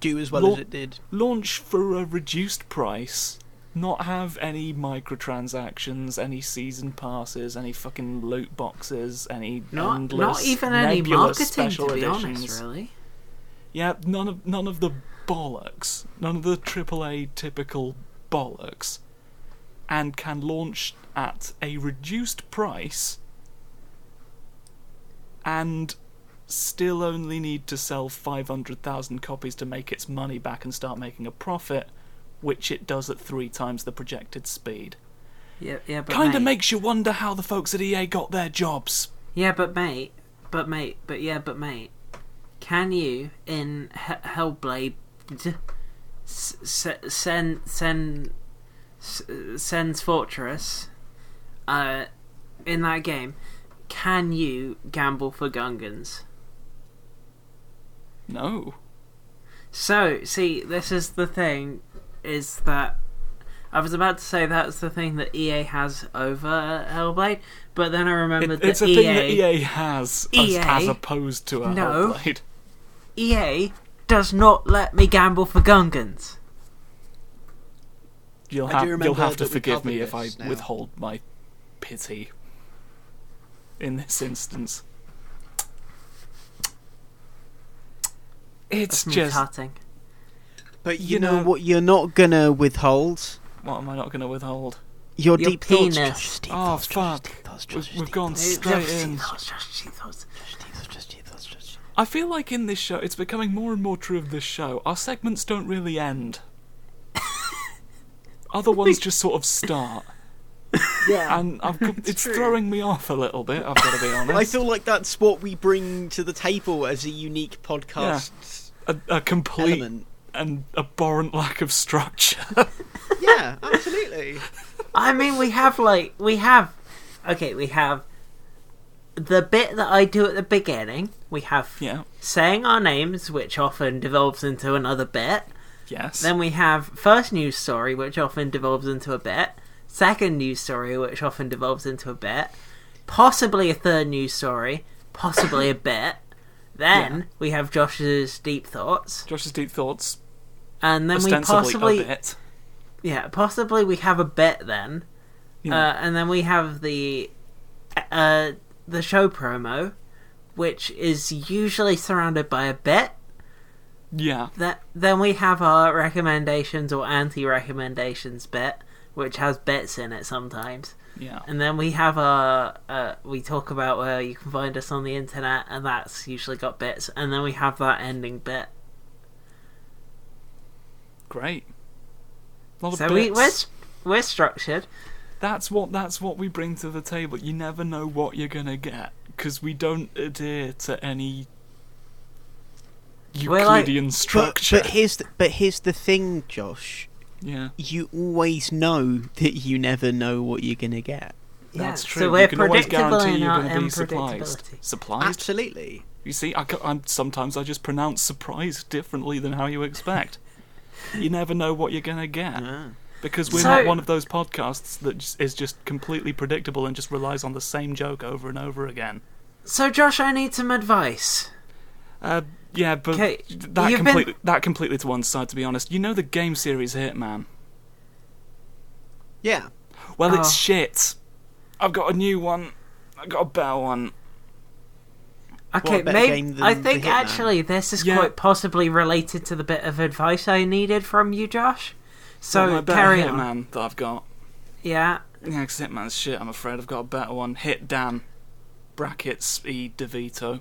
do as well
Lo-
as it did.
launch for a reduced price, not have any microtransactions, any season passes, any fucking loot boxes, any
not,
endless
not even any
nebulous
marketing, to
special
be
editions.
honest, really.
Yeah, none of none of the bollocks, none of the AAA typical bollocks, and can launch at a reduced price, and still only need to sell five hundred thousand copies to make its money back and start making a profit, which it does at three times the projected speed.
Yeah, yeah, but
Kind of
mate-
makes you wonder how the folks at EA got their jobs.
Yeah, but mate, but mate, but yeah, but mate, can you in H- Hellblade d- s- s- send send s- sends Fortress? Uh, in that game, can you gamble for Gungans?
No.
So, see, this is the thing is that I was about to say that's the thing that EA has over Hellblade, but then I
It-
remembered
it's
that E
a
EA
thing that EA has as,
EA?
as opposed to a
E No.
Hellblade.
EA E does not let me gamble for Gungans.
You'll
I
have
do remember
you'll have to
that we
forgive
covered
me if I
this now.
withhold my pity in this instance. It's
That's me
just
tarting.
But
you
you, know,
know-
what? You're not gonna withhold
what am I not going to withhold?
your,
Your
deep thoughts,
penis.
Josh, deep
Oh
thoughts, Josh,
fuck!
deep thoughts,
We've,
Josh,
we've
deep
gone
thoughts,
straight
Josh,
in.
deep thoughts, Josh, deep thoughts, Josh.
I feel like in this show, it's becoming more and more true of this show. Our segments don't really end. Other ones just sort of start,
Yeah.
and I've, got- it's throwing me off a little bit. I've got to be honest.
I feel like that's what we bring to the table as a unique podcast
a, a complete
element.
and abhorrent lack of structure.
yeah, absolutely.
I mean, we have like we have. Okay, we have the bit that I do at the beginning. We have
yeah.
saying our names, which often devolves into another bit.
Yes.
Then we have first news story, which often devolves into a bit. Second news story, which often devolves into a bit. Possibly a third news story, possibly a bit. Then we have Josh's deep thoughts,
Josh's deep thoughts,
and then we
ostensibly
possibly
a bit.
Yeah, possibly we have a bit then,
Yeah.
uh, and then we have the uh, the show promo, which is usually surrounded by a bit.
yeah.
That then we have our recommendations or anti-recommendations bit, which has bits in it sometimes,
Yeah.
and then we have our uh, we talk about where you can find us on the internet, and that's usually got bits, and then we have that ending bit.
Great. A lot of
So we,
bits.
we're st- we're structured.
That's what that's what we bring to the table. You never know what you're gonna get because we don't adhere to any
We're like-
Euclidean
But,
structure.
but here's the, but here's the thing, Josh.
yeah.
You always know that you never know what you're gonna get.
That's
yeah,
true.
So we're
you can always
predictable
guarantee
in
you're
our
going to be surprised.
unpredictability.
Surprised?
Absolutely.
You see, I, ca- I'm, sometimes I just pronounce surprised differently than how you expect. you never know what you're going to get.
Ah.
Because we're
So-
not one of those podcasts that j- is just completely predictable and just relies on the same joke over and over again.
So, Josh, I need some advice.
Uh, yeah, but
Okay,
that
you've been-
completely that completely to one side. To be honest, you know the game series Hitman.
Yeah.
Well, it's
Oh.
shit. I've got a new one. I've got a better one.
Okay,
better game
maybe
than
I
the
think
Hitman?
actually this is
Yeah.
quite possibly related to the bit of advice I needed from you, Josh.
Well,
So
my better
carry on.
Hitman that I've got.
Yeah.
Yeah, because Hitman's shit. I'm afraid I've got a better one. Hit Dan. Brackets E Devito.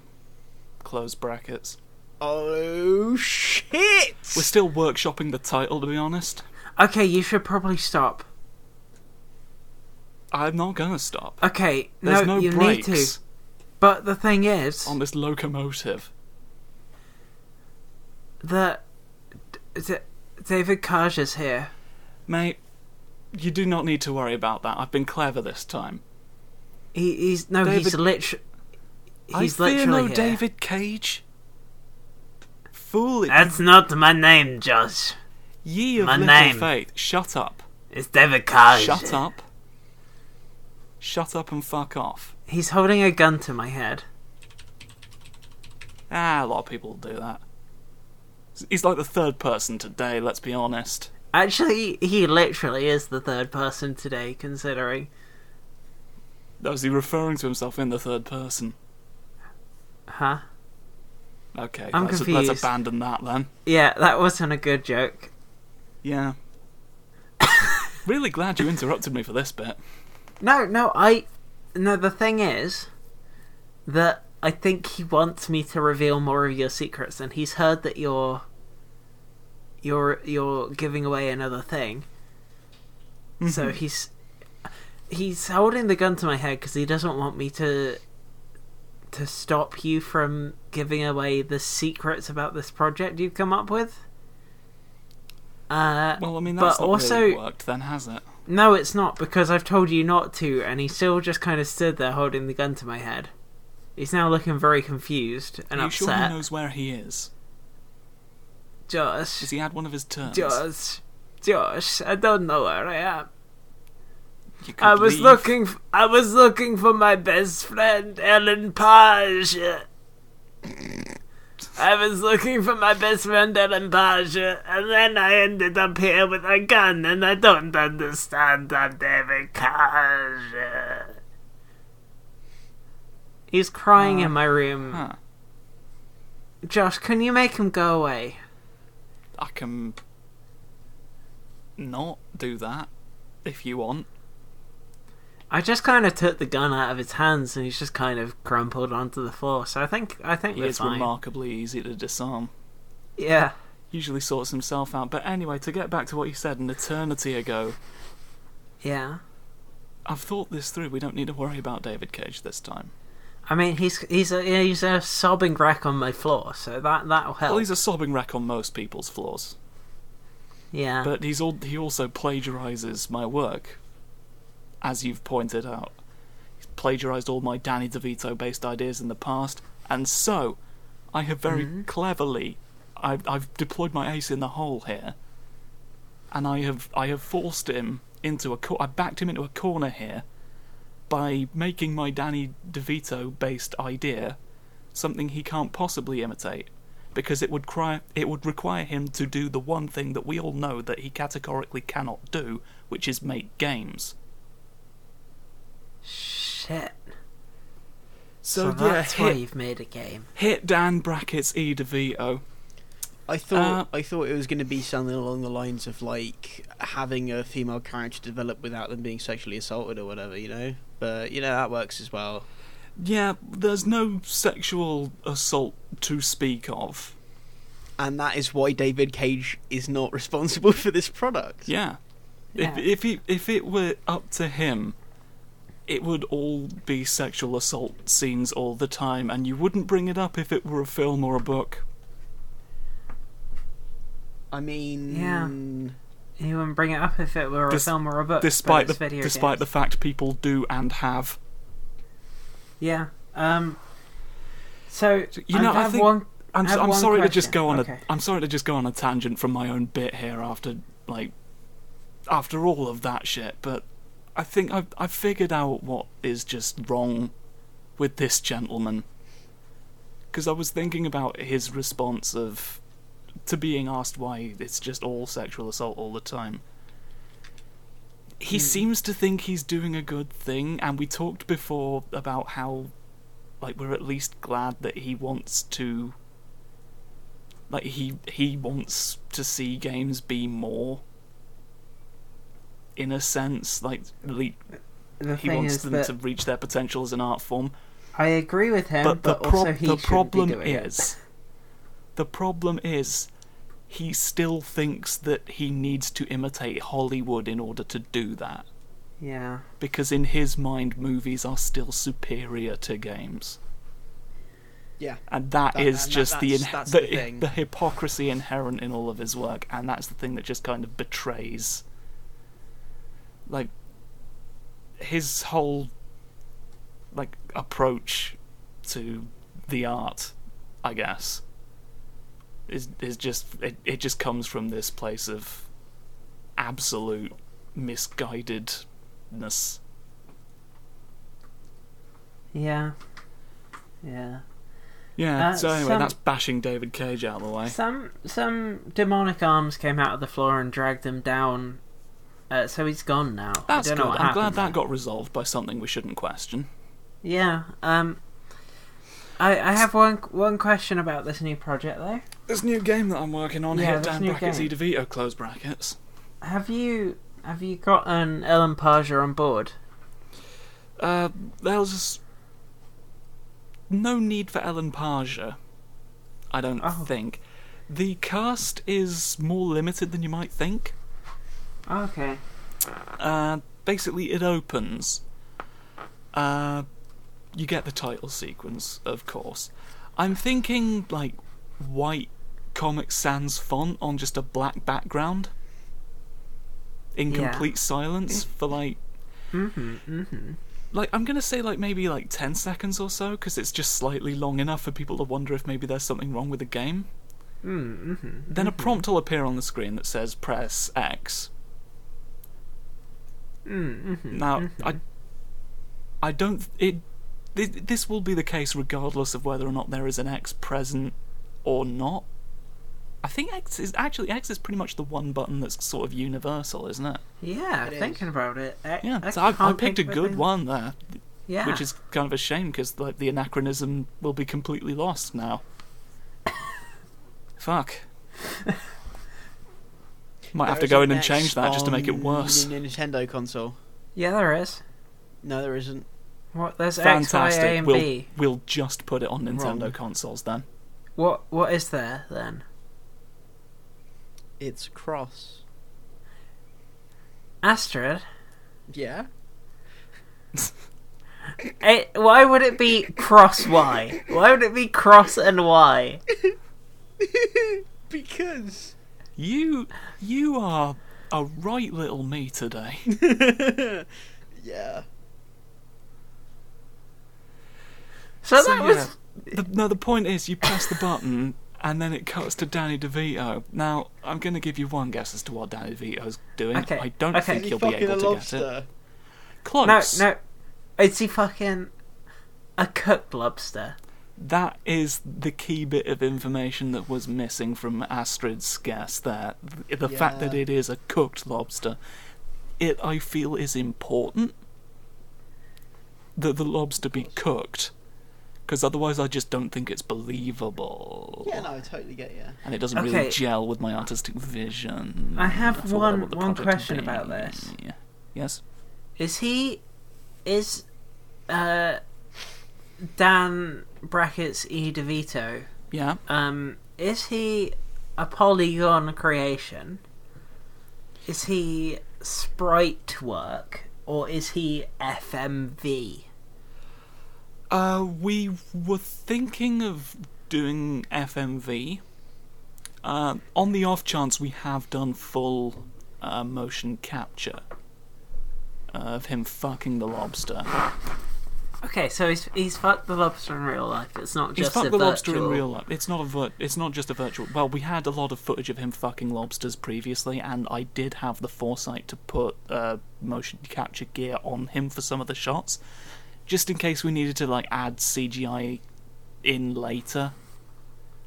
Close brackets.
Oh shit!
We're still workshopping the title, to be honest.
Okay, you should probably stop.
I'm not gonna stop.
Okay,
There's no,
no,
Um,
you
brakes
need to. But the thing is
on this locomotive.
that D- David Kaj is here.
Mate, you do not need to worry about that. I've been clever this time.
He, he's no, he's
David-
literally. He's
I fear
literally
no
here.
David Cage. Fool, it,
That's not my name, Josh.
ye of
my
little
name. Oh,
faith. Shut up.
It's David Kaj.
Shut up. Shut up and fuck off.
He's holding a gun to my head.
Ah, a lot of people do that. He's like the third person today, let's be honest.
Actually, he literally is the third person today, considering.
Was he referring to himself in the third person?
Huh?
Okay,
I'm
let's, let's
confused.
abandon that then.
Yeah, that wasn't a good joke.
Yeah. really glad you interrupted me for this bit.
No, no, I. No, the thing is that I think he wants me to reveal more of your secrets, and he's heard that you're. You're you're giving away another thing, so
Mm-hmm.
he's he's holding the gun to my head because he doesn't want me to to stop you from giving away the secrets about this project you've come up with. Uh,
Well, I mean,
But
that's not
also-
really worked then, has it?
no, it's not because I've told you not to, and he still just kind of stood there holding the gun to my head. He's now looking very confused and
Are you sure he
upset.
knows where he is?
Josh,
Has he had one of his turns?
Josh, Josh, I don't know where I am.
You could
I was
leave.
looking. F- I was looking for my best friend Ellen Page. I was looking for my best friend Ellen Page, and then I ended up here with a gun, and I don't understand. I'm David Page. He's crying in my room.
Huh.
Josh, can you make him go away?
I can not do that if you want.
I just kind of took the gun out of his hands, and he's just kind of crumpled onto the floor. So I think I think
He
we're
is
fine.
remarkably easy to disarm.
yeah.
Usually sorts himself out. But anyway, to get back to what you said an eternity ago,
Yeah.
I've thought this through. We don't need to worry about David Cage this time.
I mean, he's he's a he's a sobbing wreck on my floor, so that that'll help.
Well, he's a sobbing wreck on most people's floors.
yeah,
But he's all, he also plagiarizes my work, as you've pointed out. He's plagiarized all my Danny DeVito based ideas in the past, and so I have very cleverly I've, I've deployed my ace in the hole here, and I have I have forced him into a cor- I backed him into a corner here by making my Danny DeVito based idea something he can't possibly imitate because it would cry, it would require him to do the one thing that we all know that he categorically cannot do, which is make games.
shit.
So,
So,
yeah,
that's why
hit,
you've made a game.
hit Dan brackets E DeVito.
I thought I thought it was going to be something along the lines of like having a female character develop without them being sexually assaulted or whatever, you know. But you know that works as well.
Yeah, there's no sexual assault to speak of.
And that is why David Cage is not responsible for this product.
Yeah,
Yeah.
if if he, if it were up to him, it would all be sexual assault scenes all the time, and you wouldn't bring it up if it were a film or a book.
I mean,
You wouldn't bring it up if it were
Dis-
a film or a book. but
Despite the
it's video
despite the
games.
fact people do and have.
yeah. Um. So
You
I
know, I
have
think-
one.
I'm,
I have
I'm
one
sorry to just
question.
go on
Okay.
a I'm sorry to just go on a tangent from my own bit here after like after all of that shit, but I think I've I've figured out what is just wrong with this gentleman. because I was thinking about his response of to being asked why it's just all sexual assault all the time. He
Hmm.
seems to think he's doing a good thing, and we talked before about how, like, we're at least glad that he wants to. Like he he wants to see games be more. In a sense, like le-
The
he
thing
wants
is
them
that
to reach their potential as an art form.
I agree with him,
But,
but,
the, prob-
also he
the
shouldn't
problem
be doing it.
is, the problem is, he still thinks that he needs to imitate Hollywood in order to do that.
Yeah.
Because in his mind, movies are still superior to games,
Yeah.
and
That-
that is
and that-
just the,
that's-
inhe-
that's
the,
the thing.
the hypocrisy inherent in all of his work, and that's the thing that just kind of betrays, like, his whole like approach to the art, I guess, is is just it, it just comes from this place of absolute misguidedness.
Yeah. Yeah.
Yeah.
Uh,
so anyway,
some-
that's bashing David Cage out of the way.
Some some demonic arms came out of the floor and dragged him down. Uh, so he's gone now. I
That's
don't
good.
know what
I'm glad
happened
that
there.
got resolved by something we shouldn't question.
Yeah. Um. I I have one one question about this new project though.
This new game that I'm working on,
Yeah,
hit
this
down
new
brackets,
game.
e DeVito, close brackets.
Have you have you got an Ellen Parger on board?
Uh, there was no need for Ellen Parger, I don't
Oh.
think. The cast is more limited than you might think.
Okay.
Uh, basically, it opens. Uh, you get the title sequence, of course. I'm thinking like white Comic Sans font on just a black background, in
Yeah.
complete silence for like
Mhm. Mhm.
like I'm gonna say like maybe like ten seconds or so because it's just slightly long enough for people to wonder if maybe there's something wrong with the game.
Mm, Mhm.
Then a prompt will appear on the screen that says press X.
Mm, Mhm.
Now I, I don't it. thi- This will be the case regardless of whether or not there is an X present or not. I think X is actually X is pretty much the one button that's sort of universal, isn't it?
Yeah.
It
Thinking about it. I,
Yeah,
I
so I, I
can't
picked a
think of
good
thing-
one there,
Yeah.
which is kind of a shame because like the anachronism will be completely lost now. Fuck. Might have to go in and change that just to make it worse.
Nintendo console.
yeah. There is.
No, there isn't.
What? There's X, Y, A,
Fantastic.
and
We'll
B.
we'll just put it on Nintendo
Wrong.
consoles then.
What? What is there then?
It's cross.
Astrid.
Yeah.
Eh, why would it be cross Y? Why would it be cross and Y?
Because
You you are a right little me today.
yeah.
So,
So,
that
yeah.
was
The, no, the point is you press the button and then it cuts to Danny DeVito. Now I'm going to give you one guess as to what Danny DeVito's doing.
Okay,
I don't
okay.
think you'll be able to get it.
no,
Close.
no. Is he fucking a cooked lobster?
That is the key bit of information that was missing from Astrid's guess there. Th- The fact that
Yeah.
it is a cooked lobster. It, I feel, is important that the lobster be cooked. Because otherwise, I just don't think it's believable.
Yeah, no, I totally get you.
And it doesn't
Okay.
really gel with my artistic vision.
I have
for what I
one-
want the
one
project to
question
be.
about this.
Yes?
Is he? Is uh Dan brackets E DeVito?
Yeah?
Um, is he a polygon creation? Is he sprite work or is he FMV?
Uh, we were thinking of doing FMV. Uh, on the off chance, we have done full uh, motion capture of him fucking the lobster.
Okay, so he's he's fucked the lobster in real life. It's not
He's
just
fucked
a
the lobster in
virtual-
real life. It's not a vir- It's not just a virtual. Well, we had a lot of footage of him fucking lobsters previously, and I did have the foresight to put uh, motion capture gear on him for some of the shots, just in case we needed to like add CGI in later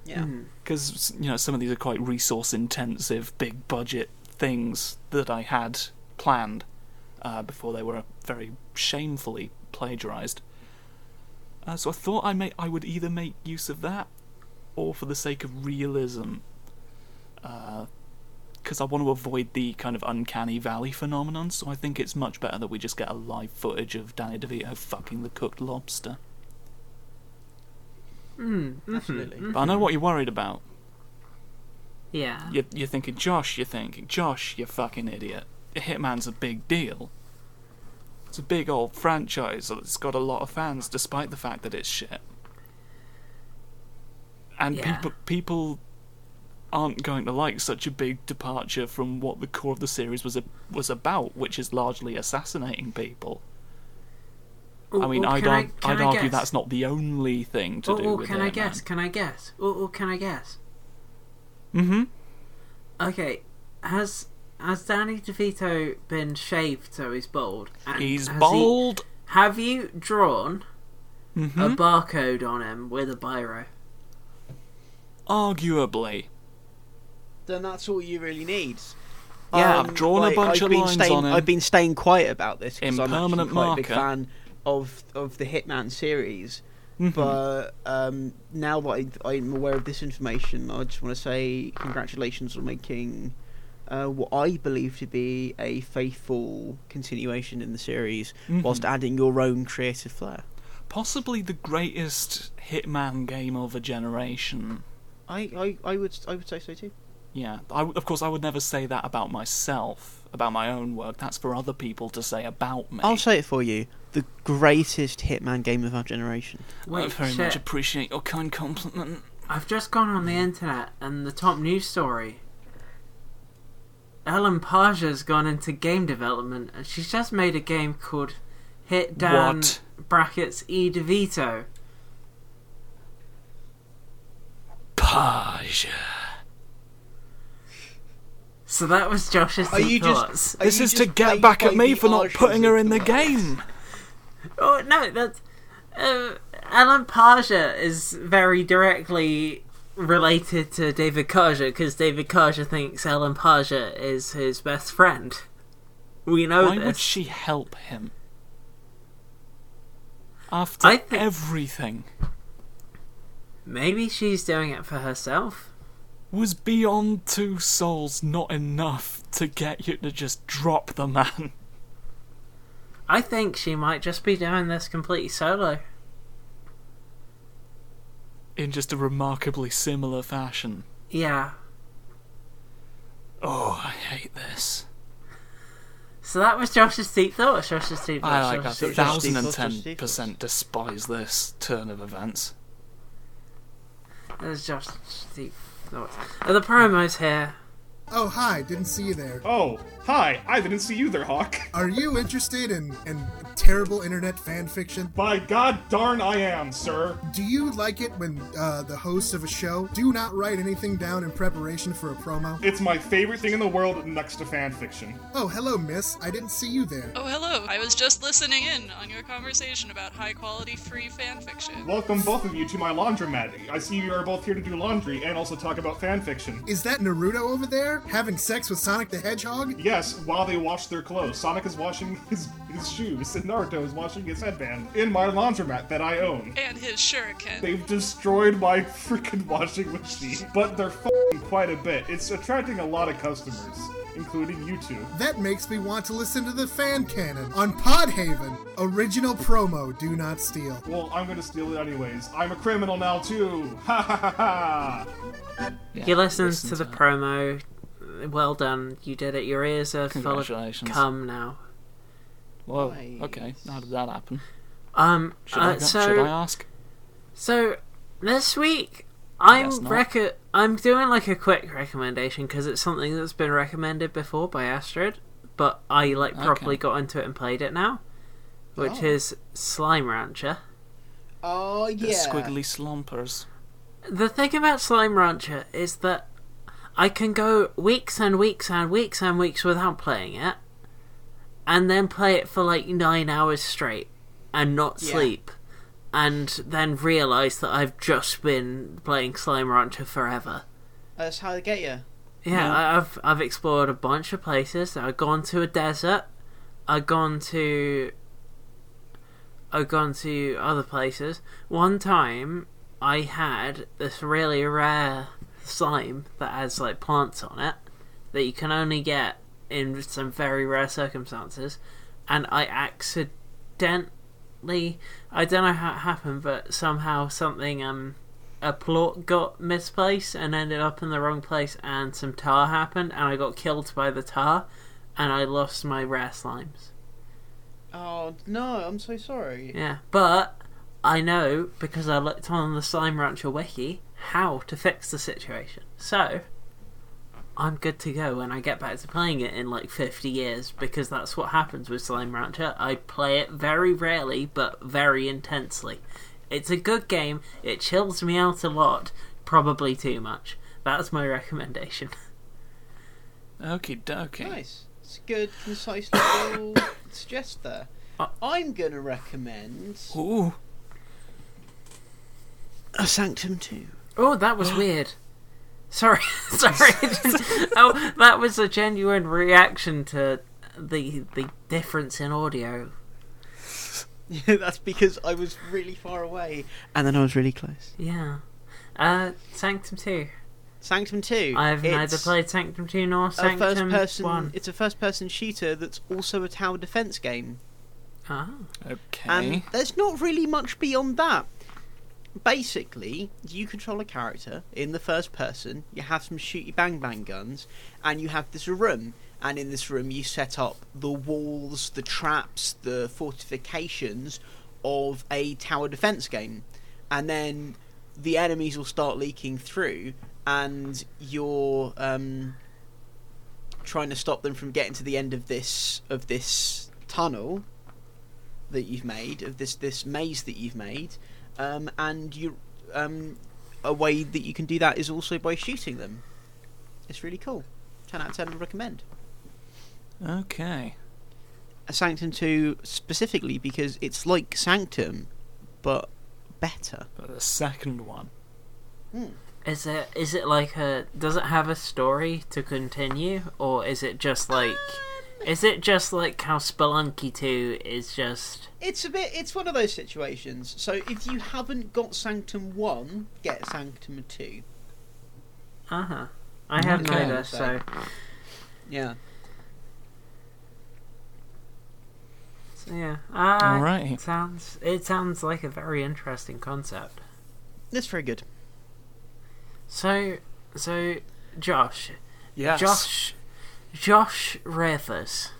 Yeah.
because you know some of these are quite resource intensive, big budget things that I had planned uh, before they were very shamefully plagiarized. Uh, so I thought I may I would either make use of that, or for the sake of realism, because I want to avoid the kind of uncanny valley phenomenon. So I think it's much better that we just get a live footage of Danny DeVito fucking the cooked lobster.
Mm, mhm,
Absolutely.
mhm.
But I know what you're worried about.
Yeah.
You're, you're thinking, Josh, you're thinking, Josh, you fucking idiot. Hitman's a big deal. It's a big old franchise that's got a lot of fans, despite the fact that it's shit. And
Yeah.
people, people aren't going to like such a big departure from what the core of the series was a, was about, which is largely assassinating people. I
Or-
mean,
or
I'd,
can
ar-
can
I'd argue
guess?
that's not the only thing to
Or-
do
or
with
can I guess? Can I guess? Or, or can I guess?
Mm-hmm.
Okay, has has Danny DeVito been shaved so he's bald? And
He's
has he-
bold.
have you drawn
hmm
a barcode on him with a biro?
Arguably.
Then that's all you really need.
Yeah, I've drawn a bunch of
been
lines
staying,
on him.
I've been staying quiet about this
In
because I'm
permanent
actually quite a big
marker.
fan of of the Hitman series.
Mhm.
But um, now that I, I'm aware of this information, I just want to say congratulations on making uh, what I believe to be a faithful continuation in the series, whilst adding your own creative flair.
possibly the greatest Hitman game of a generation.
I, I, I would I would say so too.
Yeah, I, of course, I would never say that about myself, about my own work. That's for other people to say about me.
I'll say it for you: the greatest Hitman game of our generation.
Wait,
I very
shit.
much appreciate your kind compliment.
I've just gone on the internet and the top news story. Ellen Paja's gone into game development and she's just made a game called Hit Down
What?
brackets E DeVito.
Page.
So that was Josh's
Are you just-
thoughts.
Are
This
you
is to
just
get
plagued
back
by
at me
the
for not
arse
putting her
of
in the
world?
game.
Oh no, that's uh, Alan Parja is very directly related to David Kaja because David Kaja thinks Alan Parja is his best friend. We know
Why
Oh, this.
would she help him? After
I thi-
everything
Maybe she's doing it for herself.
was beyond two souls not enough to get you to just drop the man.
I think she might just be doing this completely solo.
in just a remarkably similar fashion.
Yeah.
Oh, I hate this.
So that was Josh's deep thoughts. Josh's deep thoughts.
I like
Josh's
that.
deep
it's just
Thousand and
default,
ten
just default.
percent despise this turn of events.
thoughts. That was Josh's deep thoughts. Are the promos here?
Oh, hi, didn't see you there.
Oh, hi, I didn't see you there, Hawk.
Are you interested in, in terrible internet fan fiction?
By god darn I am, sir.
Do you like it when uh, the hosts of a show do not write anything down in preparation for a promo?
It's my favorite thing in the world next to fanfiction.
Oh, hello, miss. I didn't see you there.
Oh, hello. I was just listening in on your conversation about high quality free fanfiction.
Welcome both of you to my laundromat. I see you are both here to do laundry and also talk about fanfiction.
Is that Naruto over there having sex with Sonic the Hedgehog?
Yes, while they wash their clothes, Sonic is washing his, his shoes and Naruto is washing his headband in my laundromat that I own.
And his shuriken.
They've destroyed my freaking washing machine, but they're fing quite a bit. It's attracting a lot of customers, including you two.
That makes me want to listen to the fan canon on Podhaven. Original promo, do not steal.
Well, I'm gonna steal it anyways. I'm a criminal now too. Ha ha ha ha.
He listens to the promo. Well done, you did it. Your ears are full of
Congratulations.
cum now.
Whoa. Okay. How did that happen?
Um,
Should,
uh,
I,
so
should I ask?
so this week I'm
Guess not.
reco- I'm doing like a quick recommendation because it's something that's been recommended before by Astrid, but I like properly
Okay. Oh.
got into it and played it now, which is Slime Rancher.
Oh
The
yeah,
Squiggly slumpers.
The thing about Slime Rancher is that I can go weeks and weeks and weeks and weeks without playing it, and then play it for like nine hours straight and not
Yeah.
sleep and then realised that I've just been playing Slime Rancher forever.
That's how they get you.
Yeah, I I've I've explored a bunch of places. I've gone to a desert. I've gone to. I've gone to other places. One time, I had this really rare slime that has like plants on it that you can only get in some very rare circumstances, and I accidentally. I don't know how it happened, but somehow something um a plot got misplaced and ended up in the wrong place, and some tar happened, and I got killed by the tar, and I lost my rare slimes.
Oh no, I'm so sorry.
Yeah, but I know because I looked on the Slime Rancher wiki how to fix the situation. So I'm good to go when I get back to playing it in like 50 years because that's what happens with Slime Rancher. I play it very rarely but very intensely. It's a good game. It chills me out a lot, probably too much. That's my recommendation.
Okie dokie.
Nice. It's a good, concise little suggest there. I'm gonna recommend
Ooh.
a Sanctum 2.
Oh, that was weird. Sorry, sorry. oh, that was a genuine reaction to the the difference in audio.
That's because I was really far away, and then I was really close.
Yeah. Uh, Sanctum 2.
Sanctum 2.
I've neither
it's
played Sanctum 2 nor
a first
Sanctum
person.
1.
It's a first person shooter that's also a tower defense game.
Ah.
Okay.
And Um, there's not really much beyond that. Basically, you control a character in the first person, you have some shooty bang bang guns, and you have this room. And in this room, you set up the walls, the traps, the fortifications of a tower defense game. And then the enemies will start leaking through, and you're um, trying to stop them from getting to the end of this of this tunnel that you've made of this this maze that you've made um, and you um, a way that you can do that is also by shooting them it's really cool 10 out of 10 would recommend
Okay.
a sanctum 2 specifically because it's like sanctum but better
But the second one.
Is it is it like a does it have a story to continue or is it just like
Um,
is it just like how Spelunky 2 is just
it's a bit it's one of those situations so if you haven't got sanctum 1 get sanctum 2
uh-huh. I have
Okay.
neither, so
yeah
so yeah. Ah,
Alright.
sounds it sounds like a very interesting concept.
that's very good
So so Josh,
Yes.
Josh Josh Rivers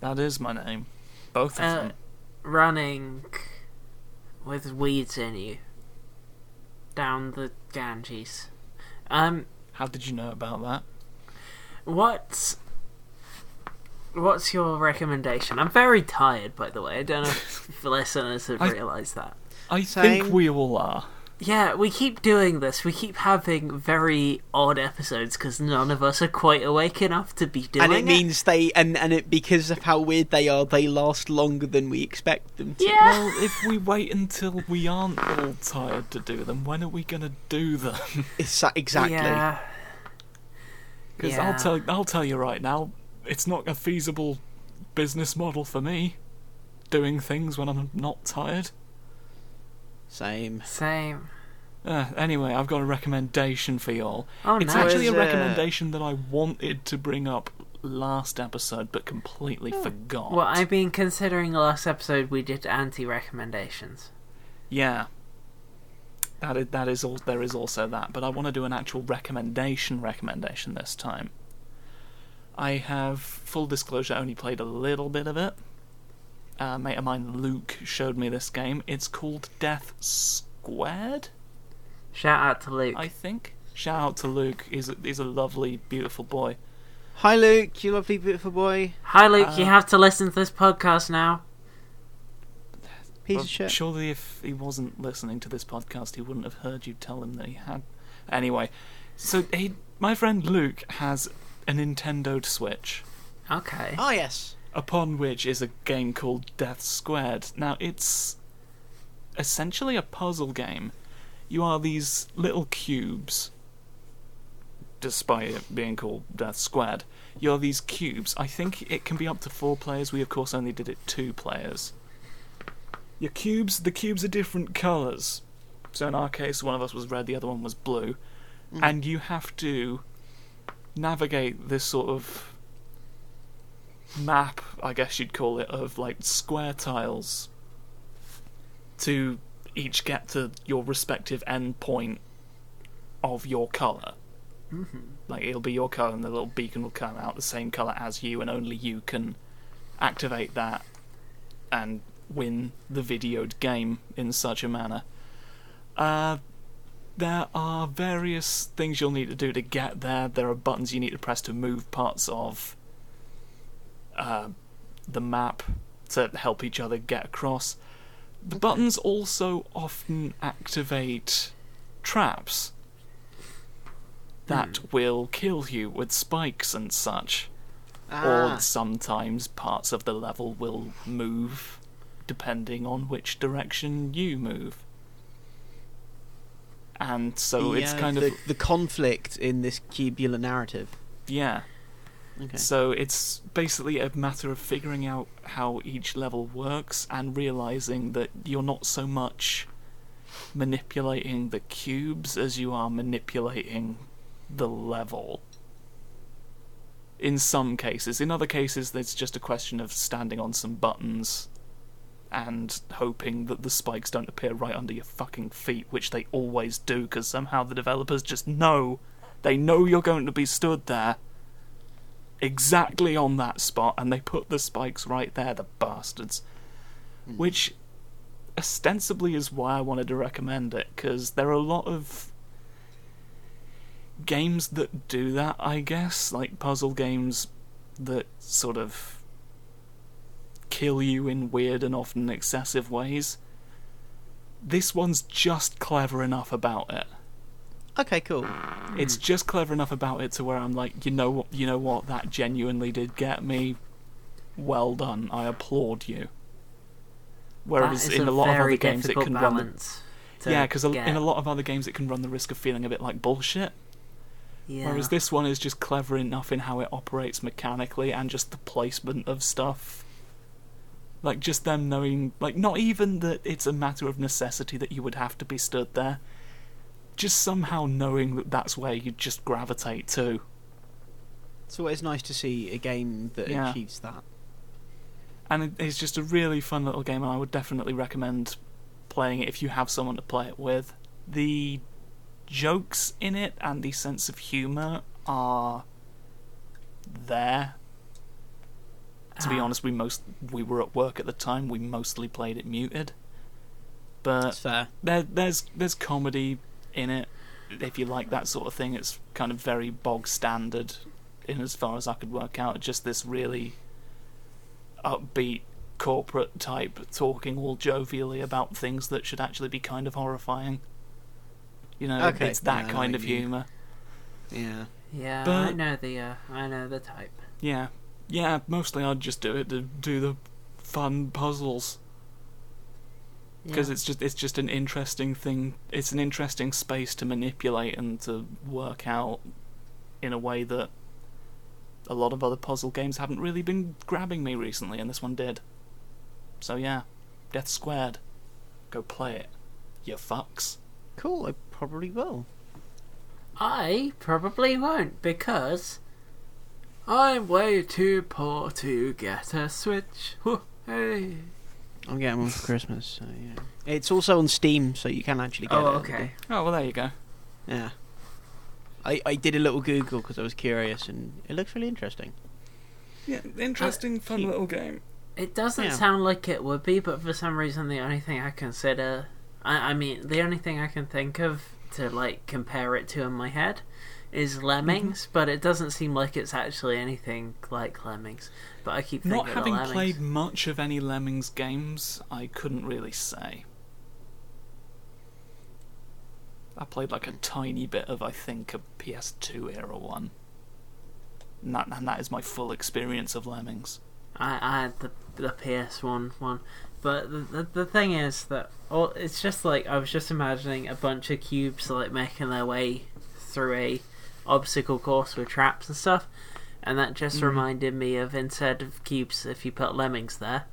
That is my name. Both of
uh,
them.
running with weeds in you down the Ganges. Um
How did you know about that?
What's what's your recommendation? I'm very tired, by the way. I don't know if the listeners have
I-
realised that.
I
Same.
think we all are.
Yeah, we keep doing this. We keep having very odd episodes because none of us are quite awake enough to be doing
and it means they and and it because of how weird they are they last longer than we expect them to
Yeah.
Well, if we wait until we aren't all tired to do them, when are we gonna do them?
Exa- exactly
Yeah.
Because
Yeah.
I'll tell I'll tell you right now, it's not a feasible business model for me. Doing things when I'm not tired.
same
Same.
Uh, anyway, I've got a recommendation for y'all.
Oh,
it's
nice.
actually a
What is it?
recommendation that I wanted to bring up last episode, but completely forgot.
Well, I've been considering last episode we did anti recommendations.
Yeah. That is, that is all. There is also that, but I want to do an actual recommendation recommendation this time. I have full disclosure only played a little bit of it. A mate of mine, Luke, showed me this game. It's called Death Squared,
Shout out to Luke.
I think. Shout out to Luke. He's a, he's a lovely, beautiful boy.
Hi, Luke, you lovely, beautiful boy.
Hi, Luke. you
Uh,
have to listen to this podcast now.
Piece
Well,
of shit.
Surely, if he wasn't listening to this podcast, he wouldn't have heard you tell him that he had. Anyway, so he, my friend Luke has a Nintendo Switch,
Okay.
Oh, yes.
upon which is a game called Death Squared. Now, it's essentially a puzzle game. You are these little cubes. Despite it being called Death Squared, you are these cubes. I think it can be up to four players. We, of course, only did it two players. Your cubes, the cubes are different colours. So in our case, one of us was red, the other one was blue. And you have to navigate this sort of map, I guess you'd call it, of like square tiles to each get to your respective end point of your color Like it'll be your colour, and the little beacon will come out the same colour as you, and only you can activate that and win the videoed game in such a manner. Uh, there are various things you'll need to do to get there. There are buttons you need to press to move parts of uh, the map to help each other get across. The buttons also often activate traps that
Hmm.
will kill you with spikes and such.
Ah.
Or sometimes parts of the level will move depending on which direction you move. And so it's
Yeah,
kind
the,
of
the conflict in this cubular narrative.
yeah.
Okay.
So it's basically a matter of figuring out how each level works and realizing that you're not so much manipulating the cubes as you are manipulating the level. In some cases, in other cases, it's just a question of standing on some buttons and hoping that the spikes don't appear right under your fucking feet, which they always do, because somehow the developers just know. They know you're going to be stood there exactly on that spot, and they put the spikes right there, the bastards. Which ostensibly is why I wanted to recommend it, because there are a lot of games that do that, I guess, like puzzle games that sort of kill you in weird and often excessive ways. This one's just clever enough about it.
Okay, cool.
It's
Hmm.
just clever enough about it to where I'm like, you know what, you know what, that genuinely did get me. Well done, I applaud you.
That
Whereas
is
in
a,
a lot of
very
other games, it
difficult
can run. The,
balance. to
yeah, because
get.
in a lot of other games, it can run the risk of feeling a bit like bullshit.
yeah.
Whereas this one is just clever enough in how it operates mechanically and just the placement of stuff. Like, just them knowing, like, not even that it's a matter of necessity that you would have to be stood there. Just somehow knowing that that's where you just gravitate to.
So it's nice to see a game that
Yeah.
achieves that.
And it- it's just a really fun little game, and I would definitely recommend playing it if you have someone to play it with. The jokes in it and the sense of humour are there. To be honest, we most we were at work at the time. We mostly played it muted,
That's
but
fair.
there, there's there's comedy in it. If you like that sort of thing, it's kind of very bog standard, in as far as I could work out. Just this really upbeat corporate type talking all jovially about things that should actually be kind of horrifying. You know,
Okay.
it's that
Yeah, I know
kind
what
of
you mean.
humour.
Yeah.
yeah, I
but-
know the uh, I know the type.
Yeah, yeah. Mostly, I'd just do it to do the fun puzzles. because
Yeah.
it's just it's just an interesting thing. It's an interesting space to manipulate and to work out in a way that a lot of other puzzle games haven't really been grabbing me recently, and this one did. So yeah, Death Squared, go play it, you fucks.
Cool. I probably will.
I probably won't because I'm way too poor to get a Switch. Woo, hey.
I'm getting one for Christmas. So yeah. It's also on Steam, so you can actually get it.
Oh, okay.
Oh well, there you go.
Yeah. I, I did a little Google because I was curious, and it looks really interesting.
Yeah, interesting, fun little game.
It doesn't
Yeah.
sound like it would be, but for some reason, the only thing I consider, I, I mean, the only thing I can think of to like compare it to in my head is Lemmings,
Mm-hmm.
but it doesn't seem like it's actually anything like Lemmings. But I keep thinking
Not
of
having
Lemmings.
played much of any Lemmings games, I couldn't really say. I played like a tiny bit of, I think, a PS2 era one. And that, and that is my full experience of Lemmings.
I, I had the the PS One one, But the, the, the thing is that all, it's just like I was just imagining a bunch of cubes like making their way through a obstacle course with traps and stuff, and that just reminded me of instead of cubes, if you put lemmings there,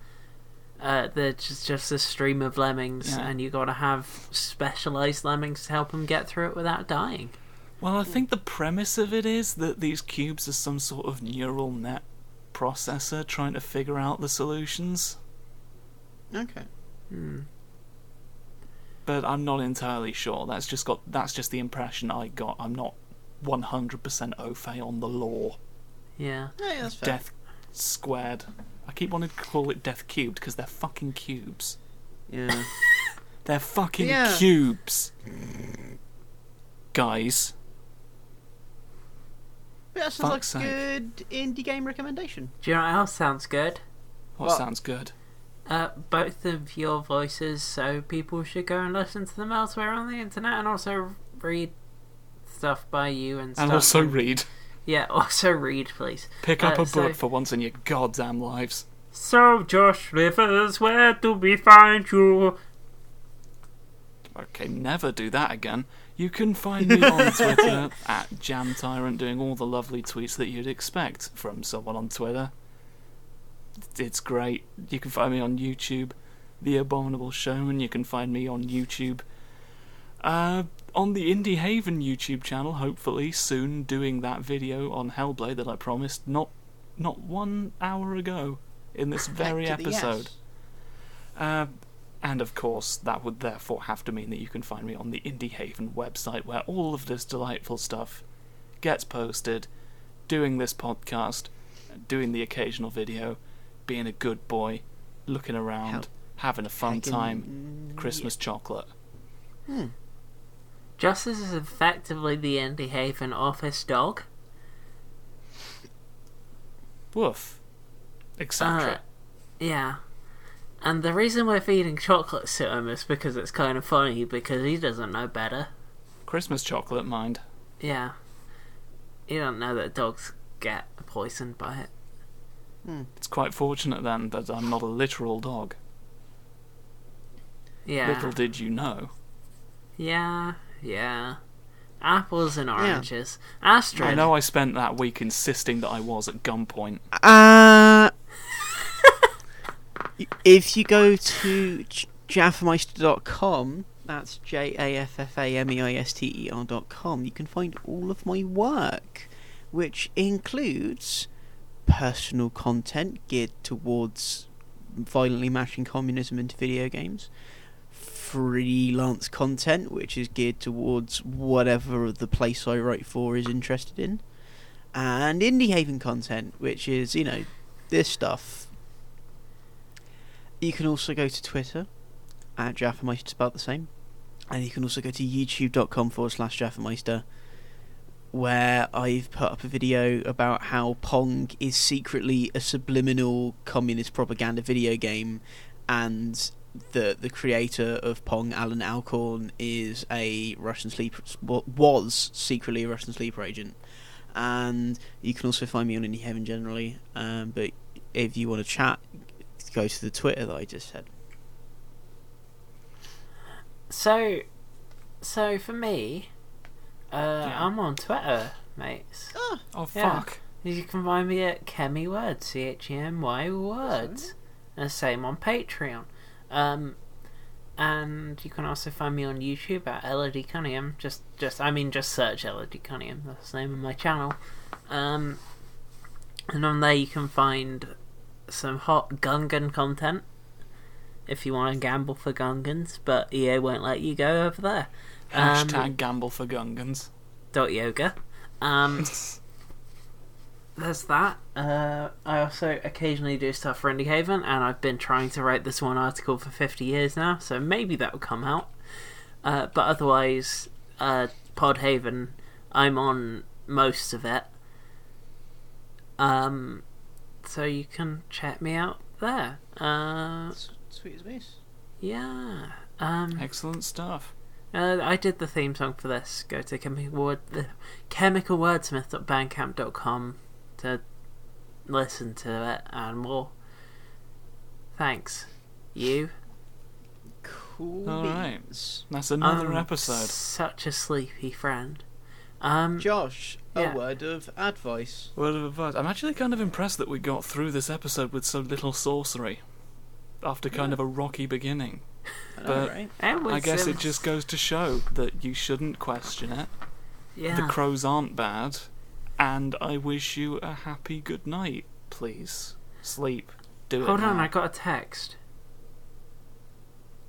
uh, there's just, just a stream of lemmings,
Yeah.
and you got to have specialized lemmings to help them get through it without dying.
Well, I think the premise of it is that these cubes are some sort of neural net processor trying to figure out the solutions,
Okay.
but I'm not entirely sure. That's just got that's just the impression I got. I'm not 100% au fait on the lore.
Yeah.
Yeah, yeah, that's fair.
Death squared. I keep wanting to call it death cubed because they're fucking cubes.
Yeah.
They're fucking
Yeah.
cubes. Guys,
But that sounds
Fuck's
like
sake.
a good indie game recommendation.
Do you know what else sounds good?
what
Well-
sounds good?
Uh, both of your voices, so people should go and listen to them elsewhere on the internet, and also read stuff by you and stuff.
And also read.
yeah, also read, please.
Pick up
Uh,
a
so-
book for once in your goddamn lives.
So, Josh Rivers, where do we find you?
Okay, never do that again. You can find me on Twitter at Jam Tyrant doing all the lovely tweets that you'd expect from someone on Twitter. It's great. You can find me on YouTube, The Abominable Showman. You can find me on YouTube. Uh, on the Indie Haven YouTube channel, hopefully soon, doing that video on Hellblade that I promised not not one hour ago in this very
Back to the
episode.
yes.
Uh, and of course, that would therefore have to mean that you can find me on the Indie Haven website where all of this delightful stuff gets posted, doing this podcast, doing the occasional video, being a good boy, looking around,
Hell-
having a fun
Hacking-
time, Christmas chocolate.
Justice is effectively the Indie Haven office dog.
Woof.
Uh,
Etc.
yeah. And the reason we're feeding chocolates to him is because it's kind of funny, because he doesn't know better.
Christmas chocolate, mind.
Yeah. You don't know that dogs get poisoned by it.
It's quite fortunate then that I'm not a literal dog.
Yeah.
Little did you know.
Yeah, yeah. Apples and oranges. Astrid.
I know I spent that week insisting that I was at gunpoint.
Uh, if you go to j- jaffameister.com, that's J A F F A M E I S T E R dot com, you can find all of my work, which includes personal content geared towards violently mashing communism into video games. Freelance content, which is geared towards whatever the place I write for is interested in and Indie Haven content, which is, you know, this stuff. You can also go to Twitter at Jaffameister, about the same. And you can also go to youtube.com forward slash Jaffameister, where I've put up a video about how Pong is secretly a subliminal communist propaganda video game, and the the creator of Pong, Alan Alcorn, is a Russian sleep wa- was secretly a Russian sleeper agent and you can also find me on Indie Heaven generally. Um, but if you want to chat, go to the Twitter that I just said.
So, so for me, uh,
Yeah.
I'm on Twitter, mates.
Oh,
Yeah.
fuck.
You can find me at Kemi Words, C H E M Y Words. And the same on Patreon. Um, and you can also find me on YouTube at Elodie Cunningham. Just, just I mean, just search Elodie Cunningham. That's the name of my channel. Um, and on there you can find some hot Gungan content if you want to gamble for Gungans, but EA won't let you go over there. Um,
Hashtag gamble for Gungans.
dot yoga. Um, there's that. Uh, I also occasionally do stuff for Indie Haven, and I've been trying to write this one article for 50 years now, so maybe that will come out. Uh, but otherwise, uh, Podhaven, I'm on most of it. Um, so you can check me out there. Uh,
Sweet as moose.
yeah. Um,
Excellent stuff.
uh, I did the theme song for this. Go to chemical word, the chemicalwordsmith.bandcamp.com to listen to it and more. Thanks. You?
Cool.
All right.
beans.
That's another
I'm
episode.
Such a sleepy friend. Um,
Josh,
Yeah.
a word of advice.
Word of advice. I'm actually kind of impressed that we got through this episode with so little sorcery after kind of a rocky beginning.
I know,
But-
right?
it was,
I guess
um,
it just goes to show that you shouldn't question it.
yeah.
The crows aren't bad. And I wish you a happy good night, please. Sleep. Do it.
Hold on,
now.
I got a text.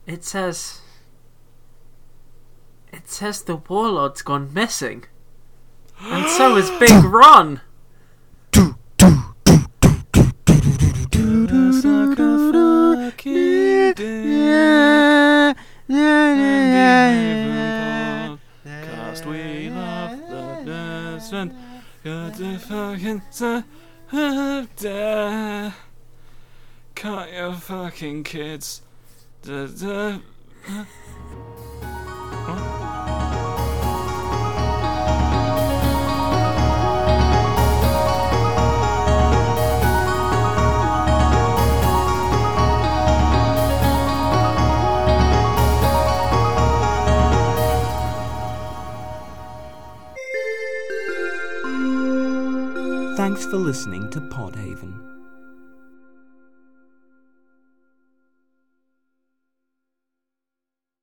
It says. It says the warlord's gone missing. And so is Big Ron!
Just like a fucking day. And in heaven podcast, we love the dance and got the fucking s- uh, da. Cut your fucking kids. Da, da.
Thanks for listening to Podhaven.